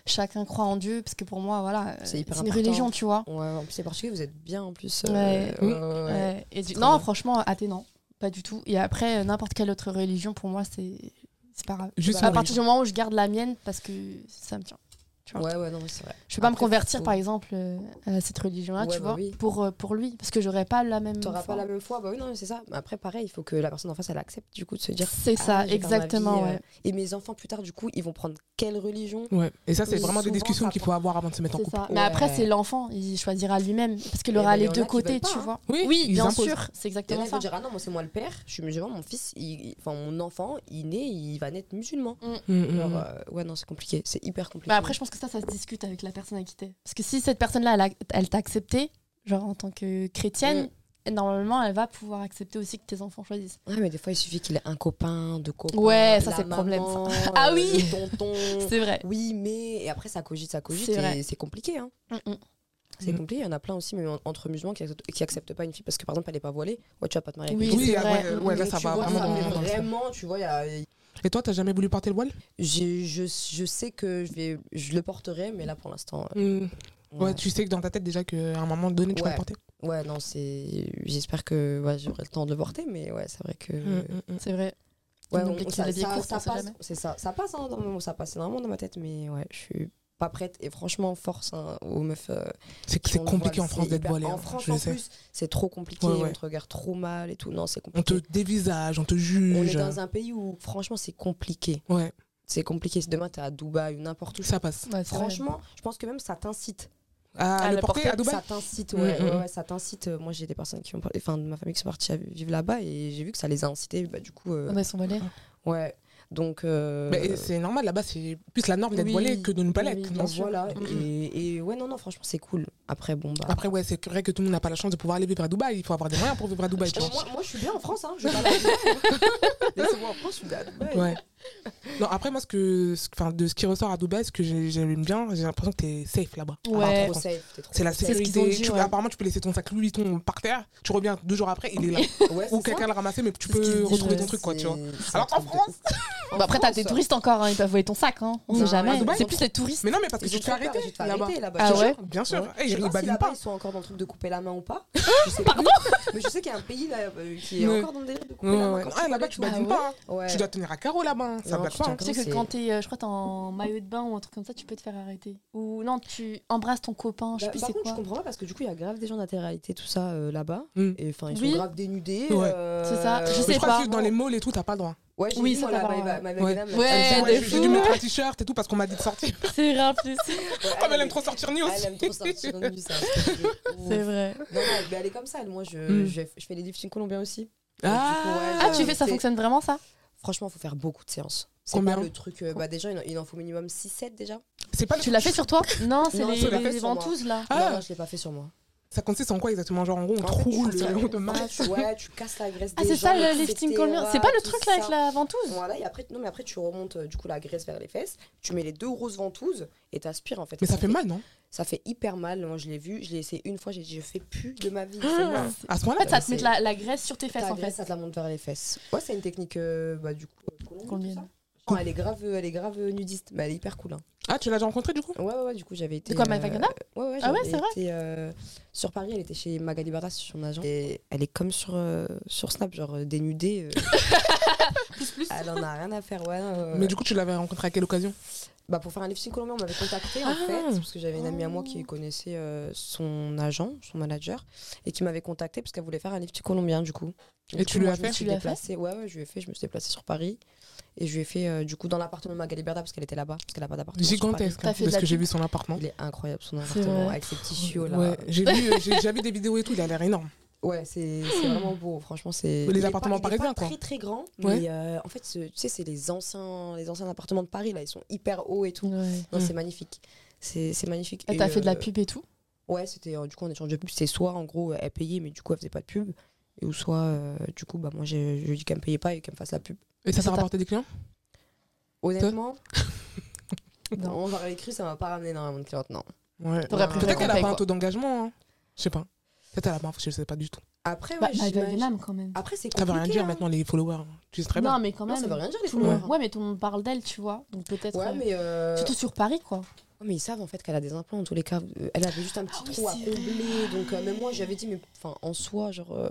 [SPEAKER 3] chacun croit en Dieu, parce que pour moi, voilà, euh,
[SPEAKER 2] C'est
[SPEAKER 3] c'est
[SPEAKER 2] hyper
[SPEAKER 3] une
[SPEAKER 2] important.
[SPEAKER 3] religion, tu vois.
[SPEAKER 2] Ouais, en plus, les Portugais, vous êtes bien en plus. euh,
[SPEAKER 3] Ouais.
[SPEAKER 1] Oui.
[SPEAKER 2] ouais.
[SPEAKER 3] Ouais. Et du-
[SPEAKER 2] Très
[SPEAKER 3] Non,
[SPEAKER 2] bien.
[SPEAKER 3] franchement, athée, non. Pas du tout. Et après, euh, n'importe quelle autre religion, pour moi, c'est c'est pas grave.
[SPEAKER 1] Juste
[SPEAKER 2] Bah,
[SPEAKER 3] À
[SPEAKER 1] une
[SPEAKER 3] partir du
[SPEAKER 1] religion.
[SPEAKER 3] moment où je garde la mienne, parce que ça me tient.
[SPEAKER 2] Ouais, ouais, non, mais c'est vrai.
[SPEAKER 3] Je peux pas me
[SPEAKER 2] Après,
[SPEAKER 3] convertir,
[SPEAKER 2] faut-
[SPEAKER 3] par exemple, euh, à cette religion-là,
[SPEAKER 2] Ouais,
[SPEAKER 3] tu vois,
[SPEAKER 2] bah oui.
[SPEAKER 3] pour, euh, pour lui, parce que j'aurais pas la même.
[SPEAKER 2] T'auras
[SPEAKER 3] foi.
[SPEAKER 2] pas la même foi, bah oui, non, mais c'est ça. Mais après, pareil, il faut que la personne en face, elle accepte du coup de se dire.
[SPEAKER 3] C'est ça,
[SPEAKER 2] Ah, j'ai pas ma vie,
[SPEAKER 3] exactement,
[SPEAKER 2] euh,
[SPEAKER 3] ouais.
[SPEAKER 2] Et mes enfants, plus tard, du coup, ils vont prendre quelle religion
[SPEAKER 1] Ouais. Et ça, c'est
[SPEAKER 2] Oui,
[SPEAKER 1] vraiment des
[SPEAKER 2] souvent,
[SPEAKER 1] discussions
[SPEAKER 2] ça
[SPEAKER 1] qu'il faut
[SPEAKER 2] prend-
[SPEAKER 1] avoir avant de se mettre en
[SPEAKER 3] C'est
[SPEAKER 1] couple.
[SPEAKER 3] ça. Mais après,
[SPEAKER 2] Ouais.
[SPEAKER 3] c'est l'enfant, il choisira lui-même, parce qu'il
[SPEAKER 2] Eh
[SPEAKER 3] aura
[SPEAKER 2] ben,
[SPEAKER 3] les
[SPEAKER 2] y en a
[SPEAKER 3] deux
[SPEAKER 2] qui
[SPEAKER 3] côtés,
[SPEAKER 2] veulent pas,
[SPEAKER 3] tu
[SPEAKER 2] hein.
[SPEAKER 3] vois.
[SPEAKER 1] Oui,
[SPEAKER 3] Oui,
[SPEAKER 1] ils
[SPEAKER 3] bien
[SPEAKER 1] imposent.
[SPEAKER 3] sûr, c'est
[SPEAKER 2] Il y en
[SPEAKER 3] exactement
[SPEAKER 2] a qui
[SPEAKER 3] ça.
[SPEAKER 2] vont dire, ah non, moi c'est moi le père, je suis musulman, mon fils, il- il- enfin mon enfant, il naît, il va naître musulman.
[SPEAKER 1] Mm, mm,
[SPEAKER 2] Alors,
[SPEAKER 1] mm.
[SPEAKER 2] euh, ouais, non, c'est compliqué, c'est hyper compliqué.
[SPEAKER 3] Mais Bah, après, je pense que ça, ça se discute avec la personne à qui t'es. Parce que si cette personne-là, elle, a- elle t'a accepté, genre en tant que chrétienne,
[SPEAKER 2] Mm.
[SPEAKER 3] normalement, elle va pouvoir accepter aussi que tes enfants choisissent.
[SPEAKER 2] Ouais, mais des fois, il suffit qu'il ait un copain, deux copains.
[SPEAKER 3] Ouais, ça,
[SPEAKER 2] la
[SPEAKER 3] c'est le problème,
[SPEAKER 2] maman,
[SPEAKER 3] Ah
[SPEAKER 2] euh,
[SPEAKER 3] oui (laughs)
[SPEAKER 2] le tonton.
[SPEAKER 3] C'est vrai.
[SPEAKER 2] Oui, mais. Et après, ça cogite, ça cogite,
[SPEAKER 3] C'est vrai.
[SPEAKER 2] et c'est compliqué, hein.
[SPEAKER 3] Mm, mm.
[SPEAKER 2] C'est
[SPEAKER 1] Mm.
[SPEAKER 2] compliqué, il y en a plein aussi, même en- entre musulmans qui acceptent, qui acceptent pas une fille parce que par exemple elle est pas voilée. Ouais, tu vas pas te marier avec
[SPEAKER 3] Oui,
[SPEAKER 2] une
[SPEAKER 1] Oui,
[SPEAKER 2] fille.
[SPEAKER 3] c'est
[SPEAKER 1] ah,
[SPEAKER 3] vrai.
[SPEAKER 1] ouais, ouais, là,
[SPEAKER 2] Mais
[SPEAKER 1] ça
[SPEAKER 2] tu
[SPEAKER 1] va
[SPEAKER 2] vois,
[SPEAKER 1] vraiment.
[SPEAKER 2] fait
[SPEAKER 1] dans le sens.
[SPEAKER 2] vraiment, tu vois, il y a-
[SPEAKER 1] Et toi, t'as jamais voulu porter le voile
[SPEAKER 2] j'ai- je, je sais que je, vais, je le porterai, mais là pour l'instant. euh,
[SPEAKER 1] Mm. Ouais,
[SPEAKER 2] ouais.
[SPEAKER 1] tu sais que dans ta tête déjà qu'à un moment donné, tu vas
[SPEAKER 2] Ouais.
[SPEAKER 1] le porter.
[SPEAKER 2] Ouais, non, c'est. J'espère que ouais, j'aurai le temps de le porter, mais ouais, c'est vrai que.
[SPEAKER 1] Mm, mm, mm.
[SPEAKER 3] C'est vrai.
[SPEAKER 2] Ouais,
[SPEAKER 3] On
[SPEAKER 2] on-
[SPEAKER 3] oublie qu'il y a
[SPEAKER 2] ça,
[SPEAKER 3] des biais
[SPEAKER 2] ça-
[SPEAKER 3] courts,
[SPEAKER 2] ça
[SPEAKER 3] on sait
[SPEAKER 2] passe,
[SPEAKER 3] jamais.
[SPEAKER 2] c'est ça. Ça passe, hein, dans- ça passe énormément dans ma tête, mais ouais, je suis pas prête. Et franchement, force hein, aux meufs. euh,
[SPEAKER 1] C'est
[SPEAKER 2] qui
[SPEAKER 1] c'est
[SPEAKER 2] ont le
[SPEAKER 1] compliqué
[SPEAKER 2] voile,
[SPEAKER 1] en France
[SPEAKER 2] c'est
[SPEAKER 1] d'être
[SPEAKER 2] hyper-
[SPEAKER 1] voilé.
[SPEAKER 2] En
[SPEAKER 1] hein,
[SPEAKER 2] France,
[SPEAKER 1] je
[SPEAKER 2] en
[SPEAKER 1] le sais.
[SPEAKER 2] plus, c'est trop compliqué.
[SPEAKER 1] Ouais, ouais.
[SPEAKER 2] On te regarde trop mal et tout. Non, c'est
[SPEAKER 1] On te
[SPEAKER 2] compliqué.
[SPEAKER 1] dévisage, on te
[SPEAKER 2] On est
[SPEAKER 1] juge.
[SPEAKER 2] dans un pays où, franchement, c'est compliqué.
[SPEAKER 1] Ouais,
[SPEAKER 2] C'est compliqué. Si Demain, t'es à Dubaï ou n'importe où.
[SPEAKER 1] ça passe.
[SPEAKER 3] Ouais, c'est vrai.
[SPEAKER 2] Franchement, je pense que même ça t'incite.
[SPEAKER 1] À le
[SPEAKER 3] le
[SPEAKER 1] porter
[SPEAKER 3] porter,
[SPEAKER 1] à Dubaï
[SPEAKER 2] Ah, Ça t'incite, ouais,
[SPEAKER 1] Mm, mm,
[SPEAKER 2] ouais,
[SPEAKER 1] mm.
[SPEAKER 2] ouais, ça t'incite. Euh, Moi, j'ai des personnes qui ont, par- enfin, de ma famille qui sont parties à vivre là-bas et j'ai vu que ça les a incités. Bah, du coup, euh,
[SPEAKER 3] Ouais, ils sont voilés.
[SPEAKER 2] ouais. Donc, euh,
[SPEAKER 1] Bah, et C'est normal, là-bas, c'est plus la norme d'être
[SPEAKER 3] Oui,
[SPEAKER 1] voilé que de ne pas
[SPEAKER 3] oui,
[SPEAKER 1] l'être.
[SPEAKER 3] bien
[SPEAKER 1] non
[SPEAKER 3] sûr.
[SPEAKER 2] voilà.
[SPEAKER 1] Mm,
[SPEAKER 2] Et, et ouais, non, non, franchement, c'est cool. Après, bon, bah.
[SPEAKER 1] Après, ouais, c'est vrai que tout le monde n'a pas la chance de pouvoir aller vivre à Dubaï. Il faut avoir des moyens pour vivre à Dubaï, tu
[SPEAKER 2] Moi,
[SPEAKER 1] vois.
[SPEAKER 2] moi, moi, je suis bien en France, hein. Je vais pas
[SPEAKER 1] (laughs)
[SPEAKER 2] là- Laissez-moi en France, je suis bien à Dubaï.
[SPEAKER 1] Ouais. Non, après, moi, ce que, ce- enfin, de ce qui ressort à Dubaï, ce que j'ai- j'aime bien, j'ai l'impression que t'es safe là-bas.
[SPEAKER 3] Ouais.
[SPEAKER 1] Ah,
[SPEAKER 2] Trop
[SPEAKER 1] par contre,
[SPEAKER 2] safe, t'es trop
[SPEAKER 1] C'est la
[SPEAKER 2] safe.
[SPEAKER 3] ce qu'ils ont
[SPEAKER 1] sécurité.
[SPEAKER 3] dit,
[SPEAKER 1] Tu-
[SPEAKER 3] ouais.
[SPEAKER 1] Apparemment, tu peux laisser ton sac Louis Vuitton par terre, tu reviens deux jours après, il est là.
[SPEAKER 2] Ouais,
[SPEAKER 1] Ou
[SPEAKER 2] (laughs) c'est ça.
[SPEAKER 1] quelqu'un l'a ramassé, mais tu
[SPEAKER 2] C'est ce qu'ils
[SPEAKER 1] peux
[SPEAKER 2] disent,
[SPEAKER 1] retrouver ton
[SPEAKER 2] ouais,
[SPEAKER 1] truc, quoi, tu vois.
[SPEAKER 2] c'est- c'est
[SPEAKER 1] Alors
[SPEAKER 2] un
[SPEAKER 1] qu'en
[SPEAKER 2] truc de
[SPEAKER 1] France,
[SPEAKER 2] ouf. En
[SPEAKER 3] Bon, Bah, après, t'as
[SPEAKER 2] France.
[SPEAKER 3] des touristes encore, hein, ils peuvent voler ton sac, hein. on
[SPEAKER 2] Non,
[SPEAKER 3] sait
[SPEAKER 2] à
[SPEAKER 3] jamais.
[SPEAKER 1] Dubaï,
[SPEAKER 3] C'est plus les touristes.
[SPEAKER 1] Mais non, mais parce que
[SPEAKER 2] Ils
[SPEAKER 1] tu
[SPEAKER 2] ont
[SPEAKER 1] te fais
[SPEAKER 2] trop peur,
[SPEAKER 1] arrêter.
[SPEAKER 2] j'ai arrêter là-bas.
[SPEAKER 3] Ah
[SPEAKER 2] Je te
[SPEAKER 3] ouais
[SPEAKER 2] jure.
[SPEAKER 1] Bien sûr.
[SPEAKER 2] Ouais.
[SPEAKER 1] Eh,
[SPEAKER 2] Je sais
[SPEAKER 1] ils
[SPEAKER 2] pas si
[SPEAKER 1] badinent
[SPEAKER 2] là-bas,
[SPEAKER 1] pas.
[SPEAKER 2] ils sont encore dans le truc de couper la main ou pas. Je sais pas. Mais je sais qu'il y a un pays là, euh, qui est
[SPEAKER 1] Ouais.
[SPEAKER 2] encore dans le délire de couper
[SPEAKER 1] Ouais,
[SPEAKER 2] la main.
[SPEAKER 1] ouais.
[SPEAKER 2] quand tu
[SPEAKER 1] Ah,
[SPEAKER 2] fais
[SPEAKER 1] là-bas,
[SPEAKER 2] les
[SPEAKER 1] tu
[SPEAKER 2] tours.
[SPEAKER 1] badines pas. hein.
[SPEAKER 2] Ah, Ouais.
[SPEAKER 1] Tu dois tenir à carreau là-bas. hein. Ça
[SPEAKER 2] Non,
[SPEAKER 1] bat
[SPEAKER 2] tu
[SPEAKER 1] pas.
[SPEAKER 2] tiens
[SPEAKER 1] hein.
[SPEAKER 3] Tu sais
[SPEAKER 2] C'est-
[SPEAKER 3] que quand t'es, euh, je crois, t'es en maillot de bain ou un truc comme ça, tu peux te faire arrêter. Ou non, tu embrasses ton copain, je sais
[SPEAKER 2] Bah,
[SPEAKER 3] plus
[SPEAKER 2] par
[SPEAKER 3] c'est
[SPEAKER 2] contre,
[SPEAKER 3] quoi.
[SPEAKER 2] je comprends pas parce que du coup, il y a grave des gens d'intégralité, tout ça euh, là-bas.
[SPEAKER 1] Mm.
[SPEAKER 2] Et enfin, ils sont
[SPEAKER 3] Oui.
[SPEAKER 2] grave dénudés.
[SPEAKER 1] Ouais.
[SPEAKER 2] euh,
[SPEAKER 3] C'est ça. Je
[SPEAKER 1] Je
[SPEAKER 3] sais
[SPEAKER 1] crois
[SPEAKER 3] pas.
[SPEAKER 1] que dans les malls et tout, t'as pas le droit.
[SPEAKER 2] Ouais, j'ai
[SPEAKER 3] Oui, ça,
[SPEAKER 2] vu, moi,
[SPEAKER 3] t'as
[SPEAKER 2] là,
[SPEAKER 3] pas le
[SPEAKER 2] ma-
[SPEAKER 3] droit.
[SPEAKER 2] ma- ma
[SPEAKER 1] Ouais.
[SPEAKER 2] madame, là,
[SPEAKER 3] Ouais,
[SPEAKER 2] elle me
[SPEAKER 1] Ouais,
[SPEAKER 2] dit,
[SPEAKER 3] des
[SPEAKER 1] J'ai
[SPEAKER 2] ouais,
[SPEAKER 1] dû
[SPEAKER 3] fous.
[SPEAKER 1] mettre un t-shirt et tout parce qu'on m'a dit de sortir. (laughs)
[SPEAKER 3] C'est grave,
[SPEAKER 2] (laughs)
[SPEAKER 3] plus.
[SPEAKER 2] ouais,
[SPEAKER 1] Comme elle aime
[SPEAKER 2] est-
[SPEAKER 1] trop sortir nu
[SPEAKER 2] Ah, Elle
[SPEAKER 1] aussi.
[SPEAKER 2] aime trop sortir nu, ça. c'est un truc de ouf.
[SPEAKER 3] C'est vrai.
[SPEAKER 2] Non, non, mais elle est comme ça. elle. Moi, je,
[SPEAKER 3] Hmm.
[SPEAKER 1] Mm.
[SPEAKER 2] je, je fais les lifting colombiens aussi.
[SPEAKER 3] Ah, tu fais ça
[SPEAKER 2] C'est-
[SPEAKER 3] fonctionne vraiment ça
[SPEAKER 2] Franchement, faut faire beaucoup de séances. C'est
[SPEAKER 1] Combien
[SPEAKER 2] pas le truc. euh, bah, déjà, il en, il en faut minimum 6-7 déjà.
[SPEAKER 1] C'est pas le-
[SPEAKER 3] Tu l'as fait sur
[SPEAKER 2] (laughs)
[SPEAKER 3] toi Non, c'est
[SPEAKER 2] Non,
[SPEAKER 3] les,
[SPEAKER 1] je l'ai
[SPEAKER 3] les
[SPEAKER 2] fait sur moi.
[SPEAKER 3] ventouses là.
[SPEAKER 1] Ah.
[SPEAKER 2] Non, non, je l'ai pas fait sur moi.
[SPEAKER 1] Ça consiste en quoi exactement Genre en gros, on
[SPEAKER 2] En
[SPEAKER 1] te
[SPEAKER 2] fait, tu
[SPEAKER 1] roule,
[SPEAKER 2] casses la-
[SPEAKER 1] on te
[SPEAKER 2] Ouais,
[SPEAKER 1] marche.
[SPEAKER 2] tu- ouais, tu casses la graisse
[SPEAKER 3] Ah,
[SPEAKER 2] des
[SPEAKER 3] c'est ça
[SPEAKER 2] gens,
[SPEAKER 3] le lifting
[SPEAKER 2] etc.,
[SPEAKER 3] combien C'est pas le
[SPEAKER 2] tout
[SPEAKER 3] truc là avec
[SPEAKER 2] ça.
[SPEAKER 3] la ventouse
[SPEAKER 2] Voilà, et après, non, mais après, tu remontes euh, du coup la graisse vers les fesses, tu mets les deux grosses ventouses et t'aspires en fait.
[SPEAKER 1] Mais ça fait mal, non
[SPEAKER 2] Ça fait hyper mal. Moi, je l'ai vu, je l'ai essayé une fois, j'ai dit, je fais plus de ma vie.
[SPEAKER 3] Ah.
[SPEAKER 2] c'est mort.
[SPEAKER 1] À ce
[SPEAKER 3] En
[SPEAKER 1] point-là
[SPEAKER 3] fait, ça te
[SPEAKER 2] c'est-
[SPEAKER 3] met de la, la graisse sur tes fesses
[SPEAKER 2] Ta
[SPEAKER 3] en
[SPEAKER 2] graisse,
[SPEAKER 3] fait.
[SPEAKER 2] ça te la monte vers les fesses. Ouais, c'est une technique, euh, bah, du coup, euh, colombienne,
[SPEAKER 3] Colombienne.
[SPEAKER 2] tout ça. Non, elle est grave, euh, elle est grave euh, nudiste, mais elle est hyper cool. hein.
[SPEAKER 1] Ah, tu l'as déjà rencontré du coup
[SPEAKER 2] Ouais, ouais, ouais, du coup, j'avais été.
[SPEAKER 3] De quoi,
[SPEAKER 2] euh,
[SPEAKER 3] Magdalena
[SPEAKER 2] Ouais, ouais,
[SPEAKER 3] Ah ouais,
[SPEAKER 2] j'avais
[SPEAKER 3] c'est vrai.
[SPEAKER 2] été, euh, sur Paris, elle était chez Magali Barda, son agent. Et elle est comme sur, euh, sur Snap, genre euh, dénudée. euh,
[SPEAKER 3] (laughs)
[SPEAKER 2] (laughs)
[SPEAKER 3] Plus, plus.
[SPEAKER 2] elle en a rien à faire, ouais. euh,
[SPEAKER 1] Mais du coup, tu l'avais rencontré à quelle occasion
[SPEAKER 2] bah, pour faire un lifting colombien, on m'avait contacté
[SPEAKER 1] Ah. Oh.
[SPEAKER 2] en fait, parce que j'avais une amie à moi qui connaissait euh, son agent, son manager, et qui m'avait contacté parce qu'elle voulait faire un lifting colombien du coup.
[SPEAKER 1] Et
[SPEAKER 2] du
[SPEAKER 1] tu
[SPEAKER 2] coup,
[SPEAKER 1] lui
[SPEAKER 2] moi,
[SPEAKER 1] as
[SPEAKER 2] je me
[SPEAKER 1] fait
[SPEAKER 2] suis
[SPEAKER 3] Tu lui as
[SPEAKER 2] déplacée- Ouais, ouais, je lui ai fait, je me suis déplacée sur Paris. Et je lui ai fait euh, du coup dans l'appartement de Magali Berda parce qu'elle était là-bas, parce qu'elle n'a pas d'appartement. sur
[SPEAKER 1] Gigantesque.
[SPEAKER 3] T'as
[SPEAKER 1] hein,
[SPEAKER 3] fait de
[SPEAKER 1] Parce
[SPEAKER 3] la
[SPEAKER 1] que j'ai
[SPEAKER 3] pub.
[SPEAKER 1] vu son appartement.
[SPEAKER 2] Paris. Il est incroyable son
[SPEAKER 3] C'est
[SPEAKER 2] appartement
[SPEAKER 3] vrai.
[SPEAKER 2] avec ses petits chiots là.
[SPEAKER 1] Ouais, j'ai vu, euh, j'ai déjà vu des vidéos et tout, il a l'air énorme.
[SPEAKER 2] Ouais, c'est c'est vraiment beau. Franchement, c'est.
[SPEAKER 1] Les
[SPEAKER 2] il est
[SPEAKER 1] appartements
[SPEAKER 2] pas, il est pas
[SPEAKER 1] parisiens, quoi.
[SPEAKER 2] Très très grand.
[SPEAKER 1] Ouais.
[SPEAKER 2] Mais euh, en fait, ce- tu sais, c'est les anciens, les anciens appartements de Paris là. Ils sont hyper hauts et tout.
[SPEAKER 3] Ouais.
[SPEAKER 2] Non,
[SPEAKER 1] Mm.
[SPEAKER 2] c'est magnifique. C'est c'est magnifique.
[SPEAKER 3] Et
[SPEAKER 2] Et,
[SPEAKER 3] Ah, T'as fait de la
[SPEAKER 2] euh,
[SPEAKER 3] pub et tout
[SPEAKER 2] Ouais, c'était euh, du coup en échange de pub, c'était soit en gros elle payait, mais du coup elle faisait pas de pub, et ou soit euh, du coup bah moi j'ai- je lui dis qu'elle me payait pas et qu'elle me fasse la pub.
[SPEAKER 1] Et ça
[SPEAKER 3] C'est
[SPEAKER 1] t'a
[SPEAKER 3] pas-
[SPEAKER 1] rapporté des clients
[SPEAKER 2] Honnêtement,
[SPEAKER 3] Non. (laughs)
[SPEAKER 2] non, j'aurais écrit, ça m'a pas ramené énormément de clientes, non.
[SPEAKER 1] Ouais.
[SPEAKER 3] T'aurais
[SPEAKER 2] non.
[SPEAKER 3] pris
[SPEAKER 1] Peut-être
[SPEAKER 2] Ouais.
[SPEAKER 1] qu'elle a
[SPEAKER 3] compris,
[SPEAKER 1] pas un
[SPEAKER 3] quoi.
[SPEAKER 1] taux d'engagement. hein. Je sais pas. Peut-être qu'elle a pas, je sais pas du tout.
[SPEAKER 2] Après,
[SPEAKER 3] Bah,
[SPEAKER 2] ouais,
[SPEAKER 3] Magdalena,
[SPEAKER 2] j'imagine.
[SPEAKER 3] quand même.
[SPEAKER 2] Après, c'est
[SPEAKER 1] Ça veut
[SPEAKER 2] compliqué,
[SPEAKER 1] rien dire
[SPEAKER 2] hein.
[SPEAKER 1] maintenant, les followers. Tu sais très
[SPEAKER 3] Non,
[SPEAKER 1] bien.
[SPEAKER 3] mais quand
[SPEAKER 2] Non,
[SPEAKER 3] même.
[SPEAKER 2] ça veut rien dire les
[SPEAKER 3] tout le monde-
[SPEAKER 2] followers.
[SPEAKER 3] Ouais, mais tout le monde parle d'elle, tu vois. Donc peut-être.
[SPEAKER 2] Ouais,
[SPEAKER 3] euh,
[SPEAKER 2] mais euh,
[SPEAKER 3] Surtout sur Paris, quoi.
[SPEAKER 2] mais ils savent en fait qu'elle a des implants en tous les cas. Euh, Elle avait juste un petit
[SPEAKER 3] Ah oui,
[SPEAKER 2] trou à
[SPEAKER 3] c'est
[SPEAKER 2] combler, donc euh, même moi j'avais dit mais enfin en soi genre euh,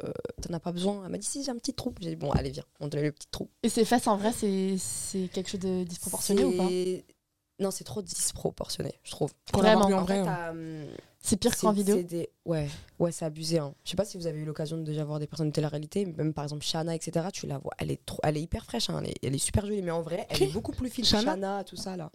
[SPEAKER 2] t'en as pas besoin. Elle m'a dit si j'ai un petit trou. J'ai dit bon allez viens, on te laisse le petit trou.
[SPEAKER 3] Et ses fesses, en vrai, c'est c'est quelque chose de disproportionné ou pas
[SPEAKER 2] C'est- Non, c'est trop disproportionné, je trouve.
[SPEAKER 1] Pour l'avoir
[SPEAKER 3] Vraiment.
[SPEAKER 1] vu en vrai.
[SPEAKER 2] En fait,
[SPEAKER 1] hein.
[SPEAKER 2] t'as, hum,
[SPEAKER 3] C'est pire
[SPEAKER 2] C'est-
[SPEAKER 3] qu'en vidéo.
[SPEAKER 2] c'est des- Ouais, ouais c'est abusé. Hein. Je sais pas si vous avez eu l'occasion de déjà voir des personnes de télé-réalité, mais même par exemple Shana, etc. Tu la vois, elle est, trop, elle est hyper fraîche, hein, elle, est, elle est super jolie, mais en vrai, elle
[SPEAKER 1] Qui
[SPEAKER 2] est beaucoup plus fine.
[SPEAKER 1] Shana
[SPEAKER 2] Shana, tout ça là.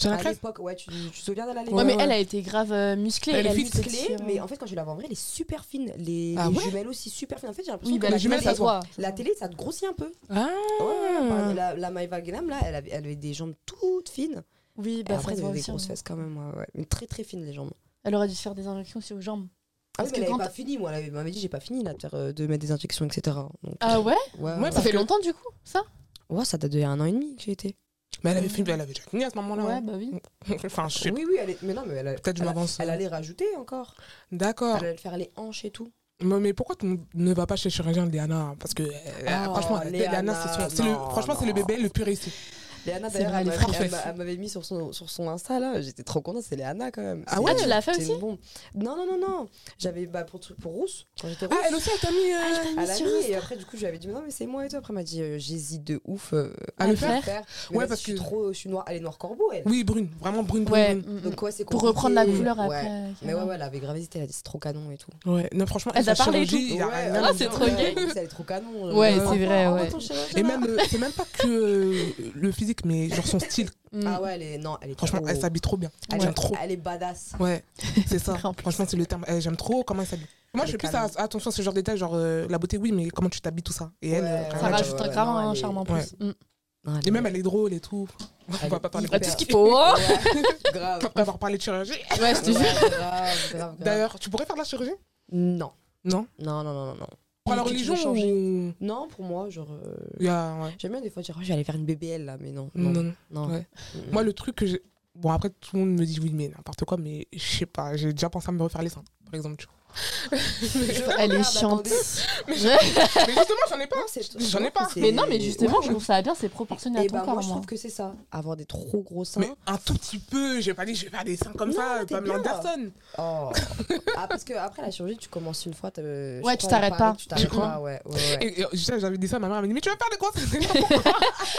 [SPEAKER 1] J'ai
[SPEAKER 2] à
[SPEAKER 1] l'impression-
[SPEAKER 2] l'époque, ouais, tu, tu te souviens d'elle à l'époque
[SPEAKER 3] Ouais, mais
[SPEAKER 1] ouais.
[SPEAKER 3] elle a été grave euh, musclée.
[SPEAKER 1] Elle est
[SPEAKER 2] Elle est
[SPEAKER 1] fit,
[SPEAKER 3] était
[SPEAKER 2] musclée,
[SPEAKER 3] sur-
[SPEAKER 2] mais en fait, quand je la vois en vrai, elle est super fine. Les,
[SPEAKER 1] Ah
[SPEAKER 2] les
[SPEAKER 1] ouais
[SPEAKER 2] jumelles aussi super fines. En fait, j'ai l'impression
[SPEAKER 3] Oui,
[SPEAKER 2] que
[SPEAKER 3] bah,
[SPEAKER 1] les
[SPEAKER 2] la,
[SPEAKER 3] la jumelle,
[SPEAKER 1] jumelles,
[SPEAKER 2] télé,
[SPEAKER 1] ça
[SPEAKER 3] ça
[SPEAKER 1] se
[SPEAKER 3] se
[SPEAKER 1] voit.
[SPEAKER 3] voit.
[SPEAKER 2] la télé, ça te grossit un peu.
[SPEAKER 1] Ah
[SPEAKER 2] Ouais, ouais, par- La, la Maïva Guénam, là, elle avait, elle avait des jambes toutes fines.
[SPEAKER 3] Oui,
[SPEAKER 2] Et
[SPEAKER 3] bah, ça
[SPEAKER 2] après,
[SPEAKER 3] se
[SPEAKER 2] elle
[SPEAKER 3] voit
[SPEAKER 2] avait des
[SPEAKER 3] aussi.
[SPEAKER 2] grosses
[SPEAKER 3] hein.
[SPEAKER 2] fesses quand même. ouais, ouais. Mais très très fines les jambes.
[SPEAKER 3] Elle aurait dû se faire des injections aussi aux jambes.
[SPEAKER 2] Ah
[SPEAKER 3] Parce
[SPEAKER 2] oui, Ah
[SPEAKER 3] que
[SPEAKER 2] mais elle
[SPEAKER 3] quand
[SPEAKER 2] avait pas fini, moi. Elle avait- elle m'avait dit, j'ai pas fini là, de, faire, euh, de mettre des injections, etc. Donc,
[SPEAKER 3] Ah ouais
[SPEAKER 2] Ouais,
[SPEAKER 1] Ouais,
[SPEAKER 2] ouais.
[SPEAKER 3] Ça
[SPEAKER 1] parce
[SPEAKER 3] fait
[SPEAKER 1] que-
[SPEAKER 3] longtemps du coup, ça
[SPEAKER 2] Ouais, ça date de y a un an et demi que j'ai été.
[SPEAKER 1] Mais elle avait fait- elle avait déjà fini à ce
[SPEAKER 2] Ah,
[SPEAKER 1] moment-là.
[SPEAKER 3] Ouais,
[SPEAKER 1] hein.
[SPEAKER 3] bah oui.
[SPEAKER 1] (laughs) Enfin, je sais
[SPEAKER 2] Oui, oui, elle est- mais non, mais elle, a-
[SPEAKER 1] Peut-être que je
[SPEAKER 2] elle a-
[SPEAKER 1] m'avance.
[SPEAKER 2] elle allait rajouter encore.
[SPEAKER 1] D'accord.
[SPEAKER 2] Elle allait faire les hanches et tout.
[SPEAKER 1] Mais, mais pourquoi tu n- ne vas pas chez le chirurgien Léana Parce que euh,
[SPEAKER 3] Oh,
[SPEAKER 2] Ah,
[SPEAKER 1] franchement, Léana,
[SPEAKER 2] Léana,
[SPEAKER 1] c'est son- c'est le,
[SPEAKER 2] non,
[SPEAKER 1] franchement, c'est le
[SPEAKER 2] non.
[SPEAKER 1] bébé le pur ici.
[SPEAKER 2] Léana,
[SPEAKER 3] C'est
[SPEAKER 2] d'ailleurs,
[SPEAKER 3] vrai,
[SPEAKER 2] elle
[SPEAKER 3] elle est
[SPEAKER 2] m'avait-
[SPEAKER 1] fraîche.
[SPEAKER 2] elle m'a- elle m'avait mis sur son, sur son Insta là. J'étais trop contente, c'est Léana quand même.
[SPEAKER 1] Ah
[SPEAKER 2] C'est-
[SPEAKER 1] ouais,
[SPEAKER 3] tu l'as fait
[SPEAKER 2] c'est une
[SPEAKER 3] aussi
[SPEAKER 2] bombe. Non, non, non, non. J'avais bah, pour, pour Rousse, quand j'étais
[SPEAKER 1] Ah,
[SPEAKER 2] Rousse.
[SPEAKER 1] elle aussi, elle t'a mis.
[SPEAKER 3] Ah,
[SPEAKER 1] euh,
[SPEAKER 2] elle a mis, et après, du coup, je lui avais dit, mais non, mais c'est moi et tout. Après, elle m'a dit, euh, j'hésite de ouf euh,
[SPEAKER 1] À
[SPEAKER 3] le
[SPEAKER 2] le
[SPEAKER 3] faire.
[SPEAKER 2] Mais
[SPEAKER 1] Ouais,
[SPEAKER 2] vas-y,
[SPEAKER 1] parce
[SPEAKER 2] je suis
[SPEAKER 1] que-
[SPEAKER 2] trop, je suis noire. Elle est noire corbeau, elle.
[SPEAKER 1] Oui, brune, vraiment brune, brune.
[SPEAKER 3] Ouais.
[SPEAKER 1] brune.
[SPEAKER 3] mm, mm.
[SPEAKER 2] Donc, ouais, c'est
[SPEAKER 3] Pour
[SPEAKER 2] compliqué.
[SPEAKER 3] reprendre la couleur
[SPEAKER 2] Ouais.
[SPEAKER 3] après.
[SPEAKER 2] Mais ouais, ouais, elle avait grave hésité, elle a dit, c'est trop canon et tout.
[SPEAKER 1] Ouais, non, franchement,
[SPEAKER 3] Elle
[SPEAKER 1] sa
[SPEAKER 3] a parlé et tout.
[SPEAKER 1] chirurgie, il y a rien à
[SPEAKER 3] Ah,
[SPEAKER 1] dire.
[SPEAKER 3] c'est
[SPEAKER 2] ouais,
[SPEAKER 3] trop
[SPEAKER 2] ouais,
[SPEAKER 3] gay.
[SPEAKER 2] en plus, Elle est trop canon.
[SPEAKER 3] Ouais,
[SPEAKER 2] Euh,
[SPEAKER 3] c'est vrai,
[SPEAKER 2] oh,
[SPEAKER 3] ouais.
[SPEAKER 2] ton chirurgien.
[SPEAKER 1] Et même, euh, c'est même pas que euh, le physique, mais genre son style.
[SPEAKER 3] Mm.
[SPEAKER 2] Ah ouais, elle est. Non, elle est
[SPEAKER 1] hmm, Franchement,
[SPEAKER 2] trop-
[SPEAKER 3] Oh.
[SPEAKER 1] elle s'habille trop bien.
[SPEAKER 2] elle,
[SPEAKER 1] J'aime
[SPEAKER 2] est-
[SPEAKER 1] trop.
[SPEAKER 2] elle est badass.
[SPEAKER 3] (laughs)
[SPEAKER 1] Ouais, c'est ça.
[SPEAKER 3] En plus.
[SPEAKER 1] franchement, c'est le terme. Eh, J'aime trop comment elle s'habille. Moi, je
[SPEAKER 2] Elle
[SPEAKER 1] fais
[SPEAKER 2] est
[SPEAKER 1] plus
[SPEAKER 2] calme.
[SPEAKER 1] à- attention à ce genre de détails, genre euh, la beauté, oui, mais comment tu t'habilles, tout ça. Et elle,
[SPEAKER 2] Ouais,
[SPEAKER 1] euh,
[SPEAKER 2] ouais,
[SPEAKER 1] quand
[SPEAKER 3] Ça
[SPEAKER 1] même,
[SPEAKER 2] ouais,
[SPEAKER 1] elle-
[SPEAKER 3] rajoute
[SPEAKER 2] ouais,
[SPEAKER 3] grave
[SPEAKER 2] non,
[SPEAKER 3] un
[SPEAKER 2] elle est-
[SPEAKER 3] charme en
[SPEAKER 1] Ouais.
[SPEAKER 3] plus. Mm.
[SPEAKER 2] Non, elle
[SPEAKER 1] Et même,
[SPEAKER 2] est-
[SPEAKER 1] elle est drôle et tout. On
[SPEAKER 2] Elle
[SPEAKER 1] va
[SPEAKER 2] est
[SPEAKER 1] pas parler
[SPEAKER 3] Ah,
[SPEAKER 2] hyper-
[SPEAKER 3] Tout ce qu'il faut. oh
[SPEAKER 2] Ouais, grave.
[SPEAKER 1] après avoir parlé de chirurgie.
[SPEAKER 3] Ouais, je te
[SPEAKER 2] Ouais,
[SPEAKER 3] jure.
[SPEAKER 2] grave, grave, grave.
[SPEAKER 1] D'ailleurs, tu pourrais faire de la chirurgie
[SPEAKER 2] Non.
[SPEAKER 1] Non.
[SPEAKER 2] Non, non, non, non, non.
[SPEAKER 1] Pour la
[SPEAKER 2] Tu veux
[SPEAKER 1] religion
[SPEAKER 2] changer
[SPEAKER 1] ou-
[SPEAKER 2] Non, pour moi, genre. euh,
[SPEAKER 1] Il y a- ouais.
[SPEAKER 2] J'aime bien des fois dire, oh, j'allais faire une BBL là, mais non.
[SPEAKER 1] Non,
[SPEAKER 2] Non,
[SPEAKER 1] non.
[SPEAKER 2] non. Mm.
[SPEAKER 1] ouais.
[SPEAKER 2] Mm-mm.
[SPEAKER 1] Moi, le truc que j'ai. Bon, après, tout le monde me dit oui, mais n'importe quoi, mais je sais pas, j'ai déjà pensé à me refaire les seins, par exemple. tu vois.
[SPEAKER 3] Elle est
[SPEAKER 2] regarde,
[SPEAKER 3] chiante.
[SPEAKER 2] attendez.
[SPEAKER 1] Mais justement, j'en ai pas.
[SPEAKER 2] Non, c'est-
[SPEAKER 1] J'en ai pas.
[SPEAKER 2] c'est-
[SPEAKER 3] Mais non, mais justement,
[SPEAKER 2] Ouais.
[SPEAKER 3] je trouve ça bien, c'est proportionné à
[SPEAKER 2] Et
[SPEAKER 3] ton
[SPEAKER 2] bah,
[SPEAKER 3] corps,
[SPEAKER 2] moi, je
[SPEAKER 3] moi.
[SPEAKER 2] trouve que c'est ça. Avoir des trop gros seins.
[SPEAKER 1] Mais un tout petit peu, j'ai pas dit je vais faire des seins comme
[SPEAKER 2] Non,
[SPEAKER 1] ça,
[SPEAKER 2] t'es
[SPEAKER 1] Pamela
[SPEAKER 2] bien.
[SPEAKER 1] Anderson.
[SPEAKER 2] Oh. ah, parce que après la chirurgie, tu commences une fois. t'as- je
[SPEAKER 3] Ouais,
[SPEAKER 2] sais
[SPEAKER 3] tu
[SPEAKER 2] on
[SPEAKER 3] t'arrêtes
[SPEAKER 2] parlait,
[SPEAKER 3] pas.
[SPEAKER 2] Tu t'arrêtes
[SPEAKER 1] Je
[SPEAKER 2] pas, ouais. ouais,
[SPEAKER 1] Et, et je sais, j'avais dit ça à ma mère, elle m'a dit mais tu vas faire des grosses seins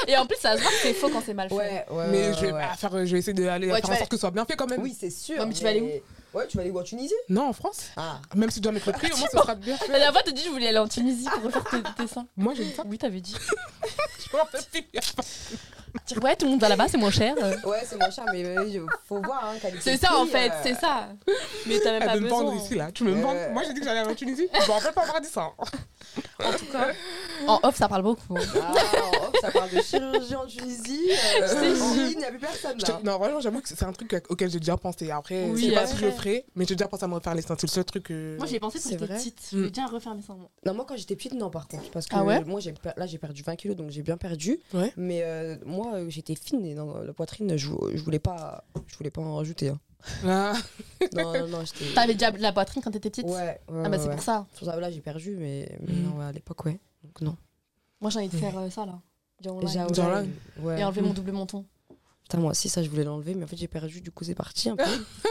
[SPEAKER 3] Et en plus, ça se voit que c'est faux quand c'est mal
[SPEAKER 2] ouais. Ouais, ouais,
[SPEAKER 1] Mais
[SPEAKER 2] ouais,
[SPEAKER 1] je vais
[SPEAKER 2] Euh, ouais.
[SPEAKER 1] pas faire, je vais essayer d'aller
[SPEAKER 3] Ouais, tu
[SPEAKER 1] faire
[SPEAKER 3] vas-
[SPEAKER 1] en sorte que ce soit bien fait quand même.
[SPEAKER 2] Oui, c'est sûr.
[SPEAKER 3] Ouais, mais tu vas aller
[SPEAKER 2] où Ouais, tu vas aller où en Tunisie
[SPEAKER 1] Non, en France.
[SPEAKER 2] Ah.
[SPEAKER 1] Même si je dois mettre le prix, au moins ce sera bien fait.
[SPEAKER 3] La dernière fois, t'as dit, je voulais aller en Tunisie pour refaire tes, tes seins.
[SPEAKER 1] Moi j'ai dit
[SPEAKER 2] (laughs)
[SPEAKER 1] ça.
[SPEAKER 3] Oui, t'avais dit.
[SPEAKER 1] Je peux en faire plus.
[SPEAKER 3] Dire, ouais, tout le monde va là-bas, c'est moins cher.
[SPEAKER 2] Ouais, c'est moins cher, mais euh, je- faut voir. Hein, qualité
[SPEAKER 3] C'est ça, en
[SPEAKER 2] prix,
[SPEAKER 3] fait,
[SPEAKER 2] euh,
[SPEAKER 3] c'est ça. Mais t'as même pas
[SPEAKER 1] Elle veut me
[SPEAKER 3] besoin. hein.
[SPEAKER 1] vendre ici là. Tu veux me
[SPEAKER 2] Ouais.
[SPEAKER 1] vendre Moi j'ai dit que j'allais aller en Tunisie. Je me rappelle pas avoir dit ça.
[SPEAKER 3] En tout cas, en off, ça parle beaucoup.
[SPEAKER 2] Ah, en off, ça parle de chirurgie en Tunisie.
[SPEAKER 3] (laughs)
[SPEAKER 2] euh, en ligne, il n'y a plus personne
[SPEAKER 1] Je
[SPEAKER 2] là.
[SPEAKER 1] te- Non, vraiment, j'avoue que c'est un truc auquel j'ai déjà pensé. Après,
[SPEAKER 3] Oui,
[SPEAKER 1] je sais pas si je
[SPEAKER 3] après.
[SPEAKER 1] le ferai, mais j'ai déjà pensé à me refaire les seins. C'est le seul truc. euh, que-
[SPEAKER 3] Moi, j'y ai pensé
[SPEAKER 2] C'est
[SPEAKER 3] quand j'étais
[SPEAKER 2] vrai.
[SPEAKER 3] petite. Je
[SPEAKER 1] Mm.
[SPEAKER 3] voulais bien refaire mes seins. moi.
[SPEAKER 2] Non, moi quand j'étais petite, non, par contre. Parce que
[SPEAKER 3] Ah ouais
[SPEAKER 2] moi, j'ai per- là, j'ai perdu 20 kilos, donc j'ai bien perdu.
[SPEAKER 1] Ouais.
[SPEAKER 2] Mais euh, moi, euh, j'étais fine et dans la poitrine, je, vou- je, voulais, pas, je voulais pas en rajouter. hein.
[SPEAKER 1] Ah,
[SPEAKER 2] Non, non, non, j'étais.
[SPEAKER 3] T'avais déjà de la poitrine quand t'étais petite
[SPEAKER 2] Ouais, ouais.
[SPEAKER 3] Ah bah, c'est
[SPEAKER 2] ouais.
[SPEAKER 3] pour ça.
[SPEAKER 2] Sur ça, là, j'ai perdu, mais, mais
[SPEAKER 1] Mm.
[SPEAKER 2] non, ouais, à l'époque, ouais. Donc, non.
[SPEAKER 3] Moi, j'ai envie de faire euh, ça, là. Dire online.
[SPEAKER 2] J'ai-
[SPEAKER 1] Genre là,
[SPEAKER 2] ouais.
[SPEAKER 3] Et enlever
[SPEAKER 1] Mm.
[SPEAKER 3] mon double menton.
[SPEAKER 2] Putain, moi aussi, ça, je voulais l'enlever, mais en fait, j'ai perdu, du coup, c'est parti
[SPEAKER 3] (laughs)
[SPEAKER 2] un peu.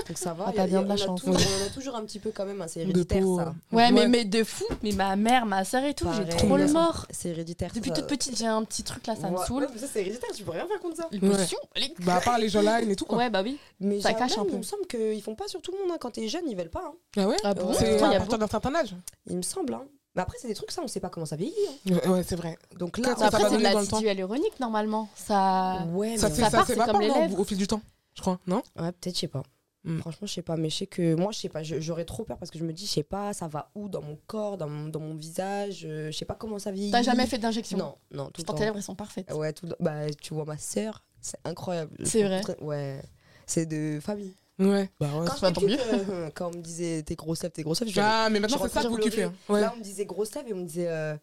[SPEAKER 2] Donc, ça va.
[SPEAKER 3] Ah, t'as
[SPEAKER 2] y a-
[SPEAKER 3] bien
[SPEAKER 2] y a-
[SPEAKER 3] de la
[SPEAKER 2] on a
[SPEAKER 3] chance.
[SPEAKER 2] toujours- on en a toujours un petit peu quand même, hein, c'est
[SPEAKER 1] de
[SPEAKER 2] héréditaire,
[SPEAKER 1] peau.
[SPEAKER 2] ça.
[SPEAKER 3] Ouais, Mais,
[SPEAKER 1] Ouais.
[SPEAKER 3] mais de fou. Mais ma mère, ma sœur et tout, j'ai
[SPEAKER 2] Pareil.
[SPEAKER 3] trop le
[SPEAKER 1] Ouais.
[SPEAKER 3] mort.
[SPEAKER 2] C'est héréditaire.
[SPEAKER 3] Depuis
[SPEAKER 2] ça.
[SPEAKER 3] toute petite, j'ai un petit truc là, ça me
[SPEAKER 2] Ouais,
[SPEAKER 3] saoule.
[SPEAKER 2] ouais, mais ça, c'est héréditaire, tu peux rien faire contre ça.
[SPEAKER 3] Les
[SPEAKER 1] Ouais.
[SPEAKER 3] potions, les-
[SPEAKER 1] Bah, à part les gens là et tout quoi.
[SPEAKER 3] Ouais, bah oui.
[SPEAKER 2] Mais
[SPEAKER 3] Ça
[SPEAKER 2] genre,
[SPEAKER 3] cache
[SPEAKER 2] même,
[SPEAKER 3] un peu.
[SPEAKER 2] Il me semble qu'ils font pas sur tout le monde. hein. Quand t'es jeune, ils veulent pas. hein.
[SPEAKER 1] Ah ouais
[SPEAKER 3] Ah
[SPEAKER 2] bon
[SPEAKER 1] C'est
[SPEAKER 2] Pourtant,
[SPEAKER 1] à
[SPEAKER 2] y a
[SPEAKER 1] partir d'un certain âge.
[SPEAKER 2] Il me semble. hein. Mais après, c'est des trucs, ça, on sait pas comment ça vieillit. hein.
[SPEAKER 1] Ouais, ouais, c'est vrai.
[SPEAKER 2] Donc là,
[SPEAKER 1] Quand ça
[SPEAKER 3] Après, c'est
[SPEAKER 1] va
[SPEAKER 3] de
[SPEAKER 1] donner dans
[SPEAKER 3] la
[SPEAKER 1] le temps.
[SPEAKER 3] cité hyaluronique, normalement. Ça.
[SPEAKER 2] Ouais,
[SPEAKER 1] Ça
[SPEAKER 2] mais
[SPEAKER 1] c'est
[SPEAKER 3] ça
[SPEAKER 1] ça
[SPEAKER 3] part,
[SPEAKER 1] c'est
[SPEAKER 3] c'est
[SPEAKER 1] pas
[SPEAKER 3] comme les
[SPEAKER 1] non,
[SPEAKER 3] lèvres.
[SPEAKER 1] au fil du temps, je crois, non
[SPEAKER 2] Ouais, peut-être, je sais pas.
[SPEAKER 1] Hmm.
[SPEAKER 2] Franchement, je sais pas, mais je sais que moi, je sais pas, je- j'aurais trop peur parce que je me dis, je sais pas, ça va où dans mon corps, dans mon, dans mon visage, euh, je sais pas comment ça vieillit.
[SPEAKER 3] T'as jamais fait d'injection
[SPEAKER 2] Non, non, tout le
[SPEAKER 3] Pourtant, tes
[SPEAKER 2] temps.
[SPEAKER 3] lèvres, elles sont parfaites.
[SPEAKER 2] Ouais, tout le- Bah, tu vois, ma sœur, c'est incroyable.
[SPEAKER 3] C'est vrai.
[SPEAKER 2] Ouais, c'est de famille.
[SPEAKER 1] Ouais. Bah ouais.
[SPEAKER 2] Quand,
[SPEAKER 3] va
[SPEAKER 2] j'étais petite, euh, (laughs) quand on me disait t'es grosse lèvres, t'es grosse lèvres, je
[SPEAKER 1] Ah, mais
[SPEAKER 2] je
[SPEAKER 1] maintenant c'est
[SPEAKER 2] refais
[SPEAKER 1] ça que vous
[SPEAKER 2] le
[SPEAKER 1] kiffez.
[SPEAKER 2] riz.
[SPEAKER 1] hein. Ouais.
[SPEAKER 2] Là, on me disait grosse lèvres et on me disait euh,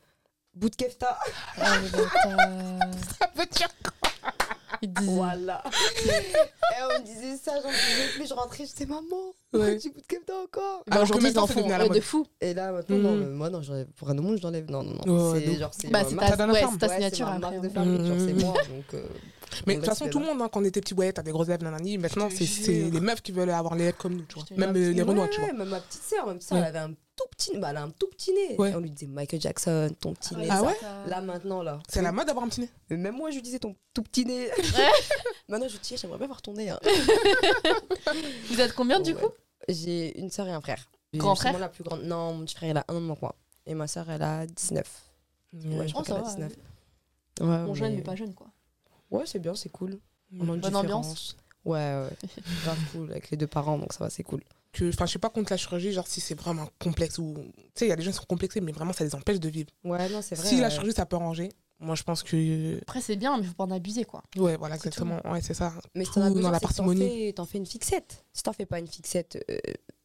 [SPEAKER 2] bout de kefta.
[SPEAKER 3] Ah, mais euh, (laughs) t'as- Ils te disent-
[SPEAKER 2] Voilà. et on me disait ça, j'en disais plus, je rentrais, j'étais maman. (laughs)
[SPEAKER 1] Ouais.
[SPEAKER 2] J'ai bout de kefta encore.
[SPEAKER 3] Bah,
[SPEAKER 1] Alors que
[SPEAKER 3] Aujourd'hui, ils
[SPEAKER 1] maintenant,
[SPEAKER 3] en
[SPEAKER 1] c'est
[SPEAKER 3] font
[SPEAKER 1] devenu à la
[SPEAKER 3] ouais, de
[SPEAKER 1] mode.
[SPEAKER 3] fou.
[SPEAKER 2] Et là, maintenant, non,
[SPEAKER 1] Mm.
[SPEAKER 2] mais moi, non, je- pour un monde, je l'enlève. Non, non,
[SPEAKER 1] Ouais,
[SPEAKER 2] non.
[SPEAKER 1] ouais, de
[SPEAKER 2] c'est
[SPEAKER 1] ouf.
[SPEAKER 2] genre, c'est
[SPEAKER 3] Bah,
[SPEAKER 2] ma
[SPEAKER 3] c'est
[SPEAKER 2] marque.
[SPEAKER 1] T'as
[SPEAKER 3] ta,
[SPEAKER 1] dans la
[SPEAKER 3] ouais,
[SPEAKER 1] ferme.
[SPEAKER 3] c'est ta
[SPEAKER 2] Ouais,
[SPEAKER 3] signature
[SPEAKER 2] c'est ma
[SPEAKER 3] après.
[SPEAKER 2] marque de
[SPEAKER 3] ouais.
[SPEAKER 2] fabrique, genre, c'est
[SPEAKER 1] Mm.
[SPEAKER 2] moi. Donc, euh,
[SPEAKER 1] Mais de
[SPEAKER 2] donc
[SPEAKER 1] toute façon,
[SPEAKER 2] là-dessus,
[SPEAKER 1] tout le monde, hein, quand on était petit, ouais, t'as des grosses lèvres, nanani. Maintenant,
[SPEAKER 3] Je te
[SPEAKER 1] c'est c'est
[SPEAKER 3] jure.
[SPEAKER 1] les meufs qui veulent avoir les lèvres comme nous, tu vois.
[SPEAKER 3] Je te
[SPEAKER 1] Même euh, les
[SPEAKER 2] Ouais,
[SPEAKER 1] renois, tu vois.
[SPEAKER 2] ouais, Même ma petite sœur, même ça,
[SPEAKER 1] Ouais.
[SPEAKER 2] elle avait un tout petit, bah, elle a un tout petit nez.
[SPEAKER 1] Ouais.
[SPEAKER 2] Et on lui disait Michael Jackson, ton petit nez.
[SPEAKER 1] Ah
[SPEAKER 2] ça.
[SPEAKER 1] ouais
[SPEAKER 2] Là maintenant là.
[SPEAKER 1] C'est la mode d'avoir un petit nez.
[SPEAKER 2] Mais Même moi je lui disais ton tout petit nez. (laughs) maintenant je dis j'aimerais bien voir ton nez. hein.
[SPEAKER 3] Vous êtes combien du
[SPEAKER 2] Ouais.
[SPEAKER 3] coup
[SPEAKER 2] J'ai une sœur et un frère. Et
[SPEAKER 3] Grand
[SPEAKER 2] justement,
[SPEAKER 3] frère
[SPEAKER 2] la plus grande. Non, mon petit frère il a un an de moins que moi. Et ma sœur elle a 19. Ouais, je
[SPEAKER 3] Oh,
[SPEAKER 2] crois qu'elle
[SPEAKER 3] ça
[SPEAKER 2] a
[SPEAKER 3] va.
[SPEAKER 2] 19. Ouais,
[SPEAKER 3] On
[SPEAKER 2] on
[SPEAKER 3] jeune,
[SPEAKER 2] est-
[SPEAKER 3] mais pas jeune, quoi.
[SPEAKER 2] Ouais, c'est bien, c'est cool.
[SPEAKER 1] Mm.
[SPEAKER 2] On a une
[SPEAKER 3] Bonne ambiance.
[SPEAKER 2] différence. Ouais, ouais.
[SPEAKER 1] (laughs)
[SPEAKER 2] Grave cool avec les deux parents, donc ça va, c'est cool.
[SPEAKER 1] Que, enfin, je suis pas contre la chirurgie, genre si c'est vraiment complexe ou. Tu sais, il y a des gens qui sont complexés, mais vraiment ça les empêche de vivre.
[SPEAKER 2] Ouais, non, c'est vrai.
[SPEAKER 1] Si la
[SPEAKER 2] ouais.
[SPEAKER 1] chirurgie ça peut ranger, moi je pense que.
[SPEAKER 3] Après, c'est bien, mais faut pas en abuser, quoi.
[SPEAKER 1] Ouais, voilà,
[SPEAKER 3] C'est tout.
[SPEAKER 1] exactement. Ouais, c'est ça.
[SPEAKER 2] Mais si t'en as
[SPEAKER 1] Ou dans
[SPEAKER 2] besoin,
[SPEAKER 1] la
[SPEAKER 2] c'est que t'en
[SPEAKER 1] parcimonie.
[SPEAKER 2] fais, t'en fais une fixette. Si t'en fais pas une fixette, euh,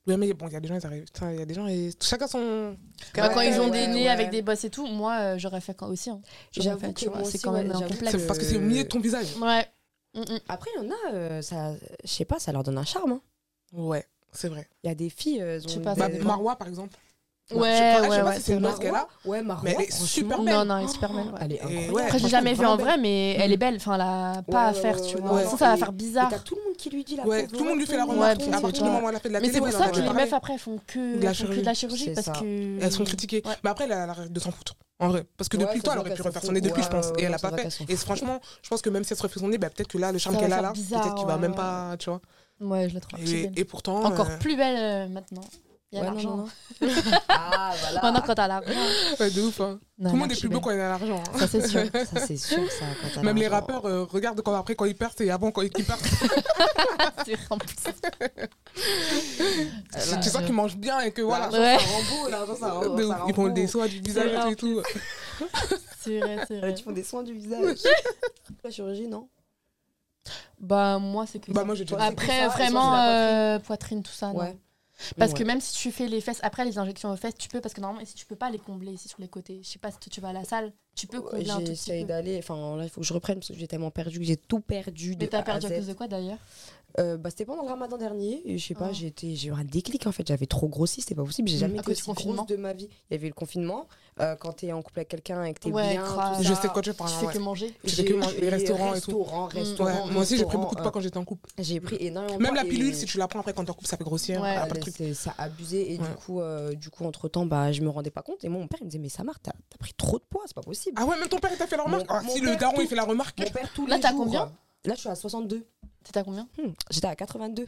[SPEAKER 1] Ouais, mais bon, il y a des gens, ils arrivent. Putain, Il y a des gens, et... chacun son.
[SPEAKER 3] Bah,
[SPEAKER 2] Ouais,
[SPEAKER 3] quand ils ont
[SPEAKER 2] ouais,
[SPEAKER 3] des nez
[SPEAKER 2] ouais.
[SPEAKER 3] avec des bosses et tout, moi, euh, j'aurais fait quand- aussi. hein. J'aurais
[SPEAKER 2] J'avoue
[SPEAKER 3] fait,
[SPEAKER 2] que moi
[SPEAKER 3] c'est
[SPEAKER 2] aussi,
[SPEAKER 3] quand
[SPEAKER 2] ouais,
[SPEAKER 3] même un
[SPEAKER 2] j'avoue.
[SPEAKER 3] complexe.
[SPEAKER 1] C'est parce que c'est au milieu de ton visage.
[SPEAKER 3] Ouais. Mm, mm.
[SPEAKER 2] Après, il y en a, euh, ça, je sais pas, ça leur donne un charme. hein.
[SPEAKER 1] Ouais, c'est vrai.
[SPEAKER 2] Il y a des filles. euh, elles
[SPEAKER 3] Je sais
[SPEAKER 2] ont
[SPEAKER 3] pas,
[SPEAKER 2] des-
[SPEAKER 1] Bah,
[SPEAKER 3] dépend.
[SPEAKER 1] Marwa, par exemple.
[SPEAKER 3] Ouais,
[SPEAKER 1] Je sais pas- je sais
[SPEAKER 3] ouais,
[SPEAKER 1] pas
[SPEAKER 3] ouais,
[SPEAKER 1] si c'est une
[SPEAKER 3] c'est
[SPEAKER 1] meuf qu'elle a.
[SPEAKER 2] Ouais, Marwa,
[SPEAKER 1] Mais elle est
[SPEAKER 2] franchement,
[SPEAKER 1] super belle.
[SPEAKER 3] Non, non, elle est super belle. ouais.
[SPEAKER 2] Elle est
[SPEAKER 1] Et ouais,
[SPEAKER 2] incroyable.
[SPEAKER 3] Après, j'ai
[SPEAKER 1] franchement,
[SPEAKER 3] jamais
[SPEAKER 1] elle est
[SPEAKER 3] vu en
[SPEAKER 1] vraiment
[SPEAKER 3] vrai, mais elle est belle. Enfin, elle a pas à
[SPEAKER 2] ouais,
[SPEAKER 3] faire,
[SPEAKER 2] ouais,
[SPEAKER 3] tu
[SPEAKER 2] ouais,
[SPEAKER 3] vois.
[SPEAKER 1] ouais.
[SPEAKER 3] Sinon, ça va
[SPEAKER 2] Et-
[SPEAKER 3] faire
[SPEAKER 2] Et
[SPEAKER 3] bizarre.
[SPEAKER 2] t'as tout le monde qui lui dit la
[SPEAKER 1] Ouais,
[SPEAKER 2] pauvre,
[SPEAKER 1] tout le monde lui fait la
[SPEAKER 2] tout
[SPEAKER 1] remarque.
[SPEAKER 3] Ouais,
[SPEAKER 1] À partir
[SPEAKER 3] c'est
[SPEAKER 1] du
[SPEAKER 3] vrai.
[SPEAKER 1] moment où elle a fait de la
[SPEAKER 3] Mais
[SPEAKER 1] télé,
[SPEAKER 3] c'est pour
[SPEAKER 1] ouais,
[SPEAKER 3] ça
[SPEAKER 1] elle
[SPEAKER 3] que
[SPEAKER 1] en a
[SPEAKER 3] les
[SPEAKER 1] parlé.
[SPEAKER 3] meufs, après, elles font que
[SPEAKER 1] De la
[SPEAKER 3] elles font que de la chirurgie
[SPEAKER 2] C'est
[SPEAKER 3] parce
[SPEAKER 2] ça.
[SPEAKER 3] que.
[SPEAKER 1] Elles sont critiquées.
[SPEAKER 3] Ouais.
[SPEAKER 1] Mais après, elle a la règle de s'en foutre. En vrai. Parce que
[SPEAKER 2] Ouais,
[SPEAKER 1] depuis
[SPEAKER 2] ça
[SPEAKER 1] le temps,
[SPEAKER 2] se
[SPEAKER 1] elle
[SPEAKER 2] voit
[SPEAKER 1] aurait pu
[SPEAKER 2] qu'elle s'en
[SPEAKER 1] refaire son
[SPEAKER 2] fout.
[SPEAKER 1] nez depuis,
[SPEAKER 2] Ouais,
[SPEAKER 1] je pense.
[SPEAKER 2] ouais,
[SPEAKER 1] Et
[SPEAKER 2] ouais,
[SPEAKER 1] elle a
[SPEAKER 2] ça se
[SPEAKER 1] pas
[SPEAKER 2] voit
[SPEAKER 1] fait.
[SPEAKER 2] qu'elle s'en
[SPEAKER 1] Et
[SPEAKER 2] fout.
[SPEAKER 1] franchement, je pense que même si elle se refait son nez, bah, peut-être que là, le charme
[SPEAKER 3] Ça va
[SPEAKER 1] qu'elle a
[SPEAKER 3] faire
[SPEAKER 1] là,
[SPEAKER 3] bizarre,
[SPEAKER 1] peut-être qu'il va
[SPEAKER 3] ouais,
[SPEAKER 1] même
[SPEAKER 3] ouais.
[SPEAKER 1] pas. Tu vois.
[SPEAKER 3] Ouais, je la trouve archi
[SPEAKER 1] Et
[SPEAKER 3] belle.
[SPEAKER 1] et pourtant.
[SPEAKER 3] Encore
[SPEAKER 1] euh,
[SPEAKER 3] plus belle euh, maintenant. Il y a
[SPEAKER 2] Ouais,
[SPEAKER 1] (laughs)
[SPEAKER 2] non,
[SPEAKER 3] l'argent.
[SPEAKER 2] non, non. ah,
[SPEAKER 3] (laughs)
[SPEAKER 2] voilà.
[SPEAKER 3] Maintenant, quand t'as l'argent.
[SPEAKER 1] ouais, de ouf. hein.
[SPEAKER 3] Non,
[SPEAKER 1] Tout le monde
[SPEAKER 3] l'archi
[SPEAKER 1] est plus beau
[SPEAKER 3] belle.
[SPEAKER 1] quand il a (laughs) l'argent. hein.
[SPEAKER 3] Ça, c'est sûr.
[SPEAKER 2] Ça, c'est sûr, ça. quand t'as
[SPEAKER 1] Même les
[SPEAKER 2] l'argent.
[SPEAKER 1] rappeurs, euh, regarde quand après quand ils perdent et avant quand ils qu'ils perdent.
[SPEAKER 3] (laughs) C'est vrai, (laughs) en plus.
[SPEAKER 1] C'est ça qu'ils mangent bien et que voilà.
[SPEAKER 2] L'argent,
[SPEAKER 3] Ouais.
[SPEAKER 2] ça rend beau, l'argent, ça rend-
[SPEAKER 1] (laughs) De
[SPEAKER 2] ça
[SPEAKER 1] ouf.
[SPEAKER 2] rend
[SPEAKER 1] Ils font des
[SPEAKER 2] beau.
[SPEAKER 1] soins du visage et tout.
[SPEAKER 3] C'est vrai, c'est vrai.
[SPEAKER 2] Ouais, Tu Euh, font des soins du visage. (laughs) La chirurgie, non
[SPEAKER 3] Bah, moi, c'est que.
[SPEAKER 1] Bah,
[SPEAKER 3] ça.
[SPEAKER 1] moi, j'ai déjà
[SPEAKER 2] Ouais,
[SPEAKER 1] dit.
[SPEAKER 3] Après,
[SPEAKER 2] ça, et sur
[SPEAKER 3] vraiment,
[SPEAKER 2] la
[SPEAKER 3] euh, poitrine, tout ça. non.
[SPEAKER 2] Ouais.
[SPEAKER 3] Parce
[SPEAKER 2] Ouais.
[SPEAKER 3] que même si tu fais les fesses, après les injections aux fesses, tu peux, parce que normalement, si tu peux pas les combler ici sur les côtés, je sais pas si tu vas à la salle, tu peux
[SPEAKER 2] Ouais,
[SPEAKER 3] combler un tout petit
[SPEAKER 2] J'essaye
[SPEAKER 3] peu.
[SPEAKER 2] d'aller. Enfin, là, il faut que je reprenne parce que j'ai tellement perdu que j'ai tout perdu.
[SPEAKER 3] Mais
[SPEAKER 2] de
[SPEAKER 3] t'as
[SPEAKER 2] A à
[SPEAKER 3] perdu à
[SPEAKER 2] Z.
[SPEAKER 3] cause de quoi d'ailleurs
[SPEAKER 2] Euh, bah, C'était pendant le ramadan dernier. Et je sais pas,
[SPEAKER 3] Ah. Mm.
[SPEAKER 2] j'ai été- j'ai eu un déclic en fait. J'avais trop grossi, c'était pas possible. J'ai jamais
[SPEAKER 3] À
[SPEAKER 2] été
[SPEAKER 3] cause du
[SPEAKER 2] aussi
[SPEAKER 3] confinement.
[SPEAKER 2] grosse de ma vie. Il y avait eu le confinement. euh, quand t'es en couple avec quelqu'un et que t'es
[SPEAKER 3] Ouais,
[SPEAKER 2] bien,
[SPEAKER 3] grave.
[SPEAKER 2] tout
[SPEAKER 3] Je
[SPEAKER 1] Je
[SPEAKER 2] ça.
[SPEAKER 1] sais de quoi tu
[SPEAKER 3] bah, Tu
[SPEAKER 1] parles.
[SPEAKER 3] fais
[SPEAKER 1] ouais.
[SPEAKER 3] que manger.
[SPEAKER 1] Tu fais que manger, les restaurants et tout.
[SPEAKER 2] Restaurants,
[SPEAKER 3] Ouais,
[SPEAKER 2] restaurants,
[SPEAKER 1] Ouais, moi aussi, j'ai pris beaucoup de poids
[SPEAKER 2] restaurants,
[SPEAKER 1] quand j'étais en couple.
[SPEAKER 2] euh, J'ai pris énormément de
[SPEAKER 1] Même
[SPEAKER 2] poids
[SPEAKER 1] la pilule,
[SPEAKER 2] et-
[SPEAKER 1] si tu la prends après quand t'es en couple, ça fait grossir.
[SPEAKER 3] Ouais.
[SPEAKER 1] y a
[SPEAKER 2] Ah,
[SPEAKER 1] pas de
[SPEAKER 2] là,
[SPEAKER 1] truc.
[SPEAKER 2] c'est- ça abusait et
[SPEAKER 1] Ouais.
[SPEAKER 2] du coup euh, du coup entre temps bah je me rendais pas compte et moi mon père il me disait mais Samar t'as t'as pris trop de poids c'est pas possible
[SPEAKER 1] Ah ouais, même ton père, il t'a fait la remarque.
[SPEAKER 2] Mon-
[SPEAKER 1] Ah,
[SPEAKER 2] mon
[SPEAKER 1] si le
[SPEAKER 2] père,
[SPEAKER 1] daron, il
[SPEAKER 2] tout.
[SPEAKER 1] fait la remarque.
[SPEAKER 2] mon père tous
[SPEAKER 3] Là,
[SPEAKER 2] les
[SPEAKER 3] t'as
[SPEAKER 2] jours
[SPEAKER 3] combien
[SPEAKER 2] euh, là je suis à 62
[SPEAKER 3] T'étais à combien
[SPEAKER 2] Hmm, j'étais à 82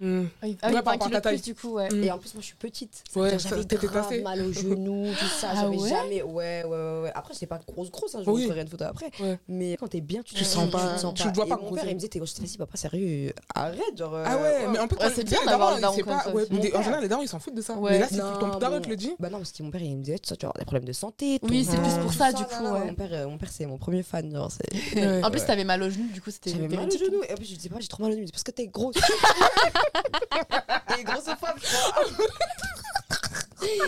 [SPEAKER 1] Hmm.
[SPEAKER 3] Ah oui, ah oui,
[SPEAKER 1] Ouais,
[SPEAKER 3] pas
[SPEAKER 1] par
[SPEAKER 3] un kilo
[SPEAKER 1] ta
[SPEAKER 3] de plus
[SPEAKER 1] taille.
[SPEAKER 3] du coup, ouais.
[SPEAKER 1] Mm.
[SPEAKER 2] et en plus moi je suis petite Ça veut
[SPEAKER 1] Ouais,
[SPEAKER 2] dire,
[SPEAKER 1] ça,
[SPEAKER 2] j'avais
[SPEAKER 1] t'étais
[SPEAKER 2] grave
[SPEAKER 1] tassée.
[SPEAKER 2] mal aux genoux tout ça
[SPEAKER 3] Ah
[SPEAKER 2] j'avais
[SPEAKER 3] ouais
[SPEAKER 2] jamais ouais ouais ouais, ouais. après j'étais pas grosse grosse hein, je
[SPEAKER 1] Oui.
[SPEAKER 2] vous ferai une photo après
[SPEAKER 1] Ouais.
[SPEAKER 2] mais quand t'es bien tu te
[SPEAKER 1] Tu sens pas-
[SPEAKER 2] te sens
[SPEAKER 1] tu te vois
[SPEAKER 2] Et
[SPEAKER 1] pas
[SPEAKER 2] mon
[SPEAKER 1] grossir.
[SPEAKER 2] père il me disait t'es grosse je dis, vas-y papa sérieux arrête genre euh,
[SPEAKER 1] Ah ouais, mais en plus,
[SPEAKER 3] Ouais,
[SPEAKER 1] quand-
[SPEAKER 3] c'est
[SPEAKER 1] tu sais,
[SPEAKER 3] bien
[SPEAKER 1] les
[SPEAKER 3] d'avoir un
[SPEAKER 1] darons, ils
[SPEAKER 3] daron
[SPEAKER 1] savent
[SPEAKER 3] comme
[SPEAKER 1] pas.
[SPEAKER 3] ça
[SPEAKER 1] ouais,
[SPEAKER 3] aussi.
[SPEAKER 1] mais des-
[SPEAKER 2] Mon
[SPEAKER 1] En général, les darons, ils s'en foutent de ça.
[SPEAKER 3] Ouais.
[SPEAKER 1] Mais là, si tu-
[SPEAKER 2] Non,
[SPEAKER 1] ton daron
[SPEAKER 2] mon-
[SPEAKER 1] te le dit.
[SPEAKER 2] Bah non, parce que mon père, il me disait, ça, tu vas avoir des problèmes de santé.
[SPEAKER 3] Oui,
[SPEAKER 2] ton
[SPEAKER 1] c'est plus
[SPEAKER 2] ventre,
[SPEAKER 1] pour
[SPEAKER 2] tout
[SPEAKER 3] ça, du coup,
[SPEAKER 2] nanana.
[SPEAKER 3] ouais.
[SPEAKER 2] Mon père, euh, mon père c'est mon premier fan. genre, c'est- (laughs)
[SPEAKER 1] Ouais.
[SPEAKER 3] En plus,
[SPEAKER 2] Ouais.
[SPEAKER 3] t'avais mal au genou, du coup, c'était
[SPEAKER 2] J'avais mal au
[SPEAKER 3] véridique.
[SPEAKER 2] genou. Et en plus, je disais pas, j'ai trop mal au genou. C'est parce que t'es grosse. t'es grossophobe, je crois.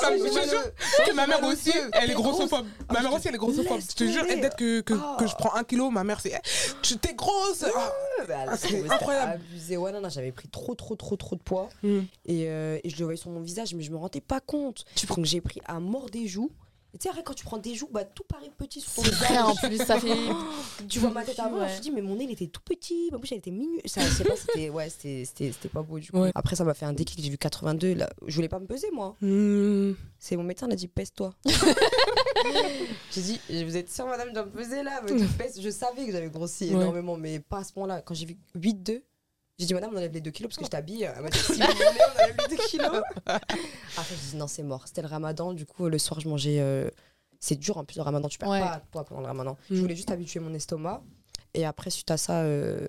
[SPEAKER 1] Ça me-
[SPEAKER 2] J'ai
[SPEAKER 1] je
[SPEAKER 2] mal
[SPEAKER 1] jure
[SPEAKER 2] au-
[SPEAKER 1] que ma mère
[SPEAKER 2] mal aux
[SPEAKER 1] aussi,
[SPEAKER 2] yeux.
[SPEAKER 1] elle est
[SPEAKER 2] T'es grosse.
[SPEAKER 1] grossophobe.
[SPEAKER 2] Ah,
[SPEAKER 1] Ma mère
[SPEAKER 2] je
[SPEAKER 1] aussi, elle est grossophobe.
[SPEAKER 2] laisse
[SPEAKER 1] Je te jure,
[SPEAKER 2] tomber.
[SPEAKER 1] et dès que, que,
[SPEAKER 2] Ah.
[SPEAKER 1] que je prends un kilo, ma mère, c'est Eh, tu t'es grosse. Ah.
[SPEAKER 2] Bah,
[SPEAKER 1] Ah, c'est
[SPEAKER 2] c'était
[SPEAKER 1] incroyable.
[SPEAKER 2] Abusé. Ouais, non, non, j'avais pris trop, trop, trop, trop de poids.
[SPEAKER 1] Hmm.
[SPEAKER 2] Et, euh, et je le voyais sur mon visage, mais je me rendais pas compte. Donc j'ai pris à mort des joues. Et tu sais, après, quand tu prends des joues, bah tout paraît petit sur ton
[SPEAKER 3] C'est
[SPEAKER 2] visage.
[SPEAKER 3] vrai, en plus, ça fait.
[SPEAKER 2] (laughs) Tu vois ma tête avant, je me
[SPEAKER 3] Ouais.
[SPEAKER 2] suis dit, mais mon nez, il était tout petit, ma bouche, elle était minute. Ça, je sais pas, c'était ouais, c'était- c'était- c'était pas beau du coup.
[SPEAKER 1] Ouais.
[SPEAKER 2] Après, ça m'a fait un déclic, j'ai vu 82. Là, je voulais pas me peser, moi.
[SPEAKER 1] Hmm.
[SPEAKER 2] C'est mon médecin, il a
[SPEAKER 3] (laughs)
[SPEAKER 2] dit, pèse-toi. j'ai dit, vous êtes sûre, madame, de me peser là Mais tu pèses. Je savais que j'avais grossi
[SPEAKER 1] Ouais.
[SPEAKER 2] énormément, mais pas à ce point-là. Quand j'ai vu 8,2. J'ai dit, madame, on enlève les 2 kilos parce que je t'habille. Elle m'a dit, si vous voulez, on enlève les 2 kilos. Après, j'ai dit, non, c'est mort. C'était le ramadan. Du coup, le soir, je mangeais. euh, C'est dur en plus le ramadan. Tu perds
[SPEAKER 3] Ouais.
[SPEAKER 2] pas de poids pendant le ramadan.
[SPEAKER 1] Mm.
[SPEAKER 2] Je voulais juste habituer mon estomac. Et après, suite à ça, euh,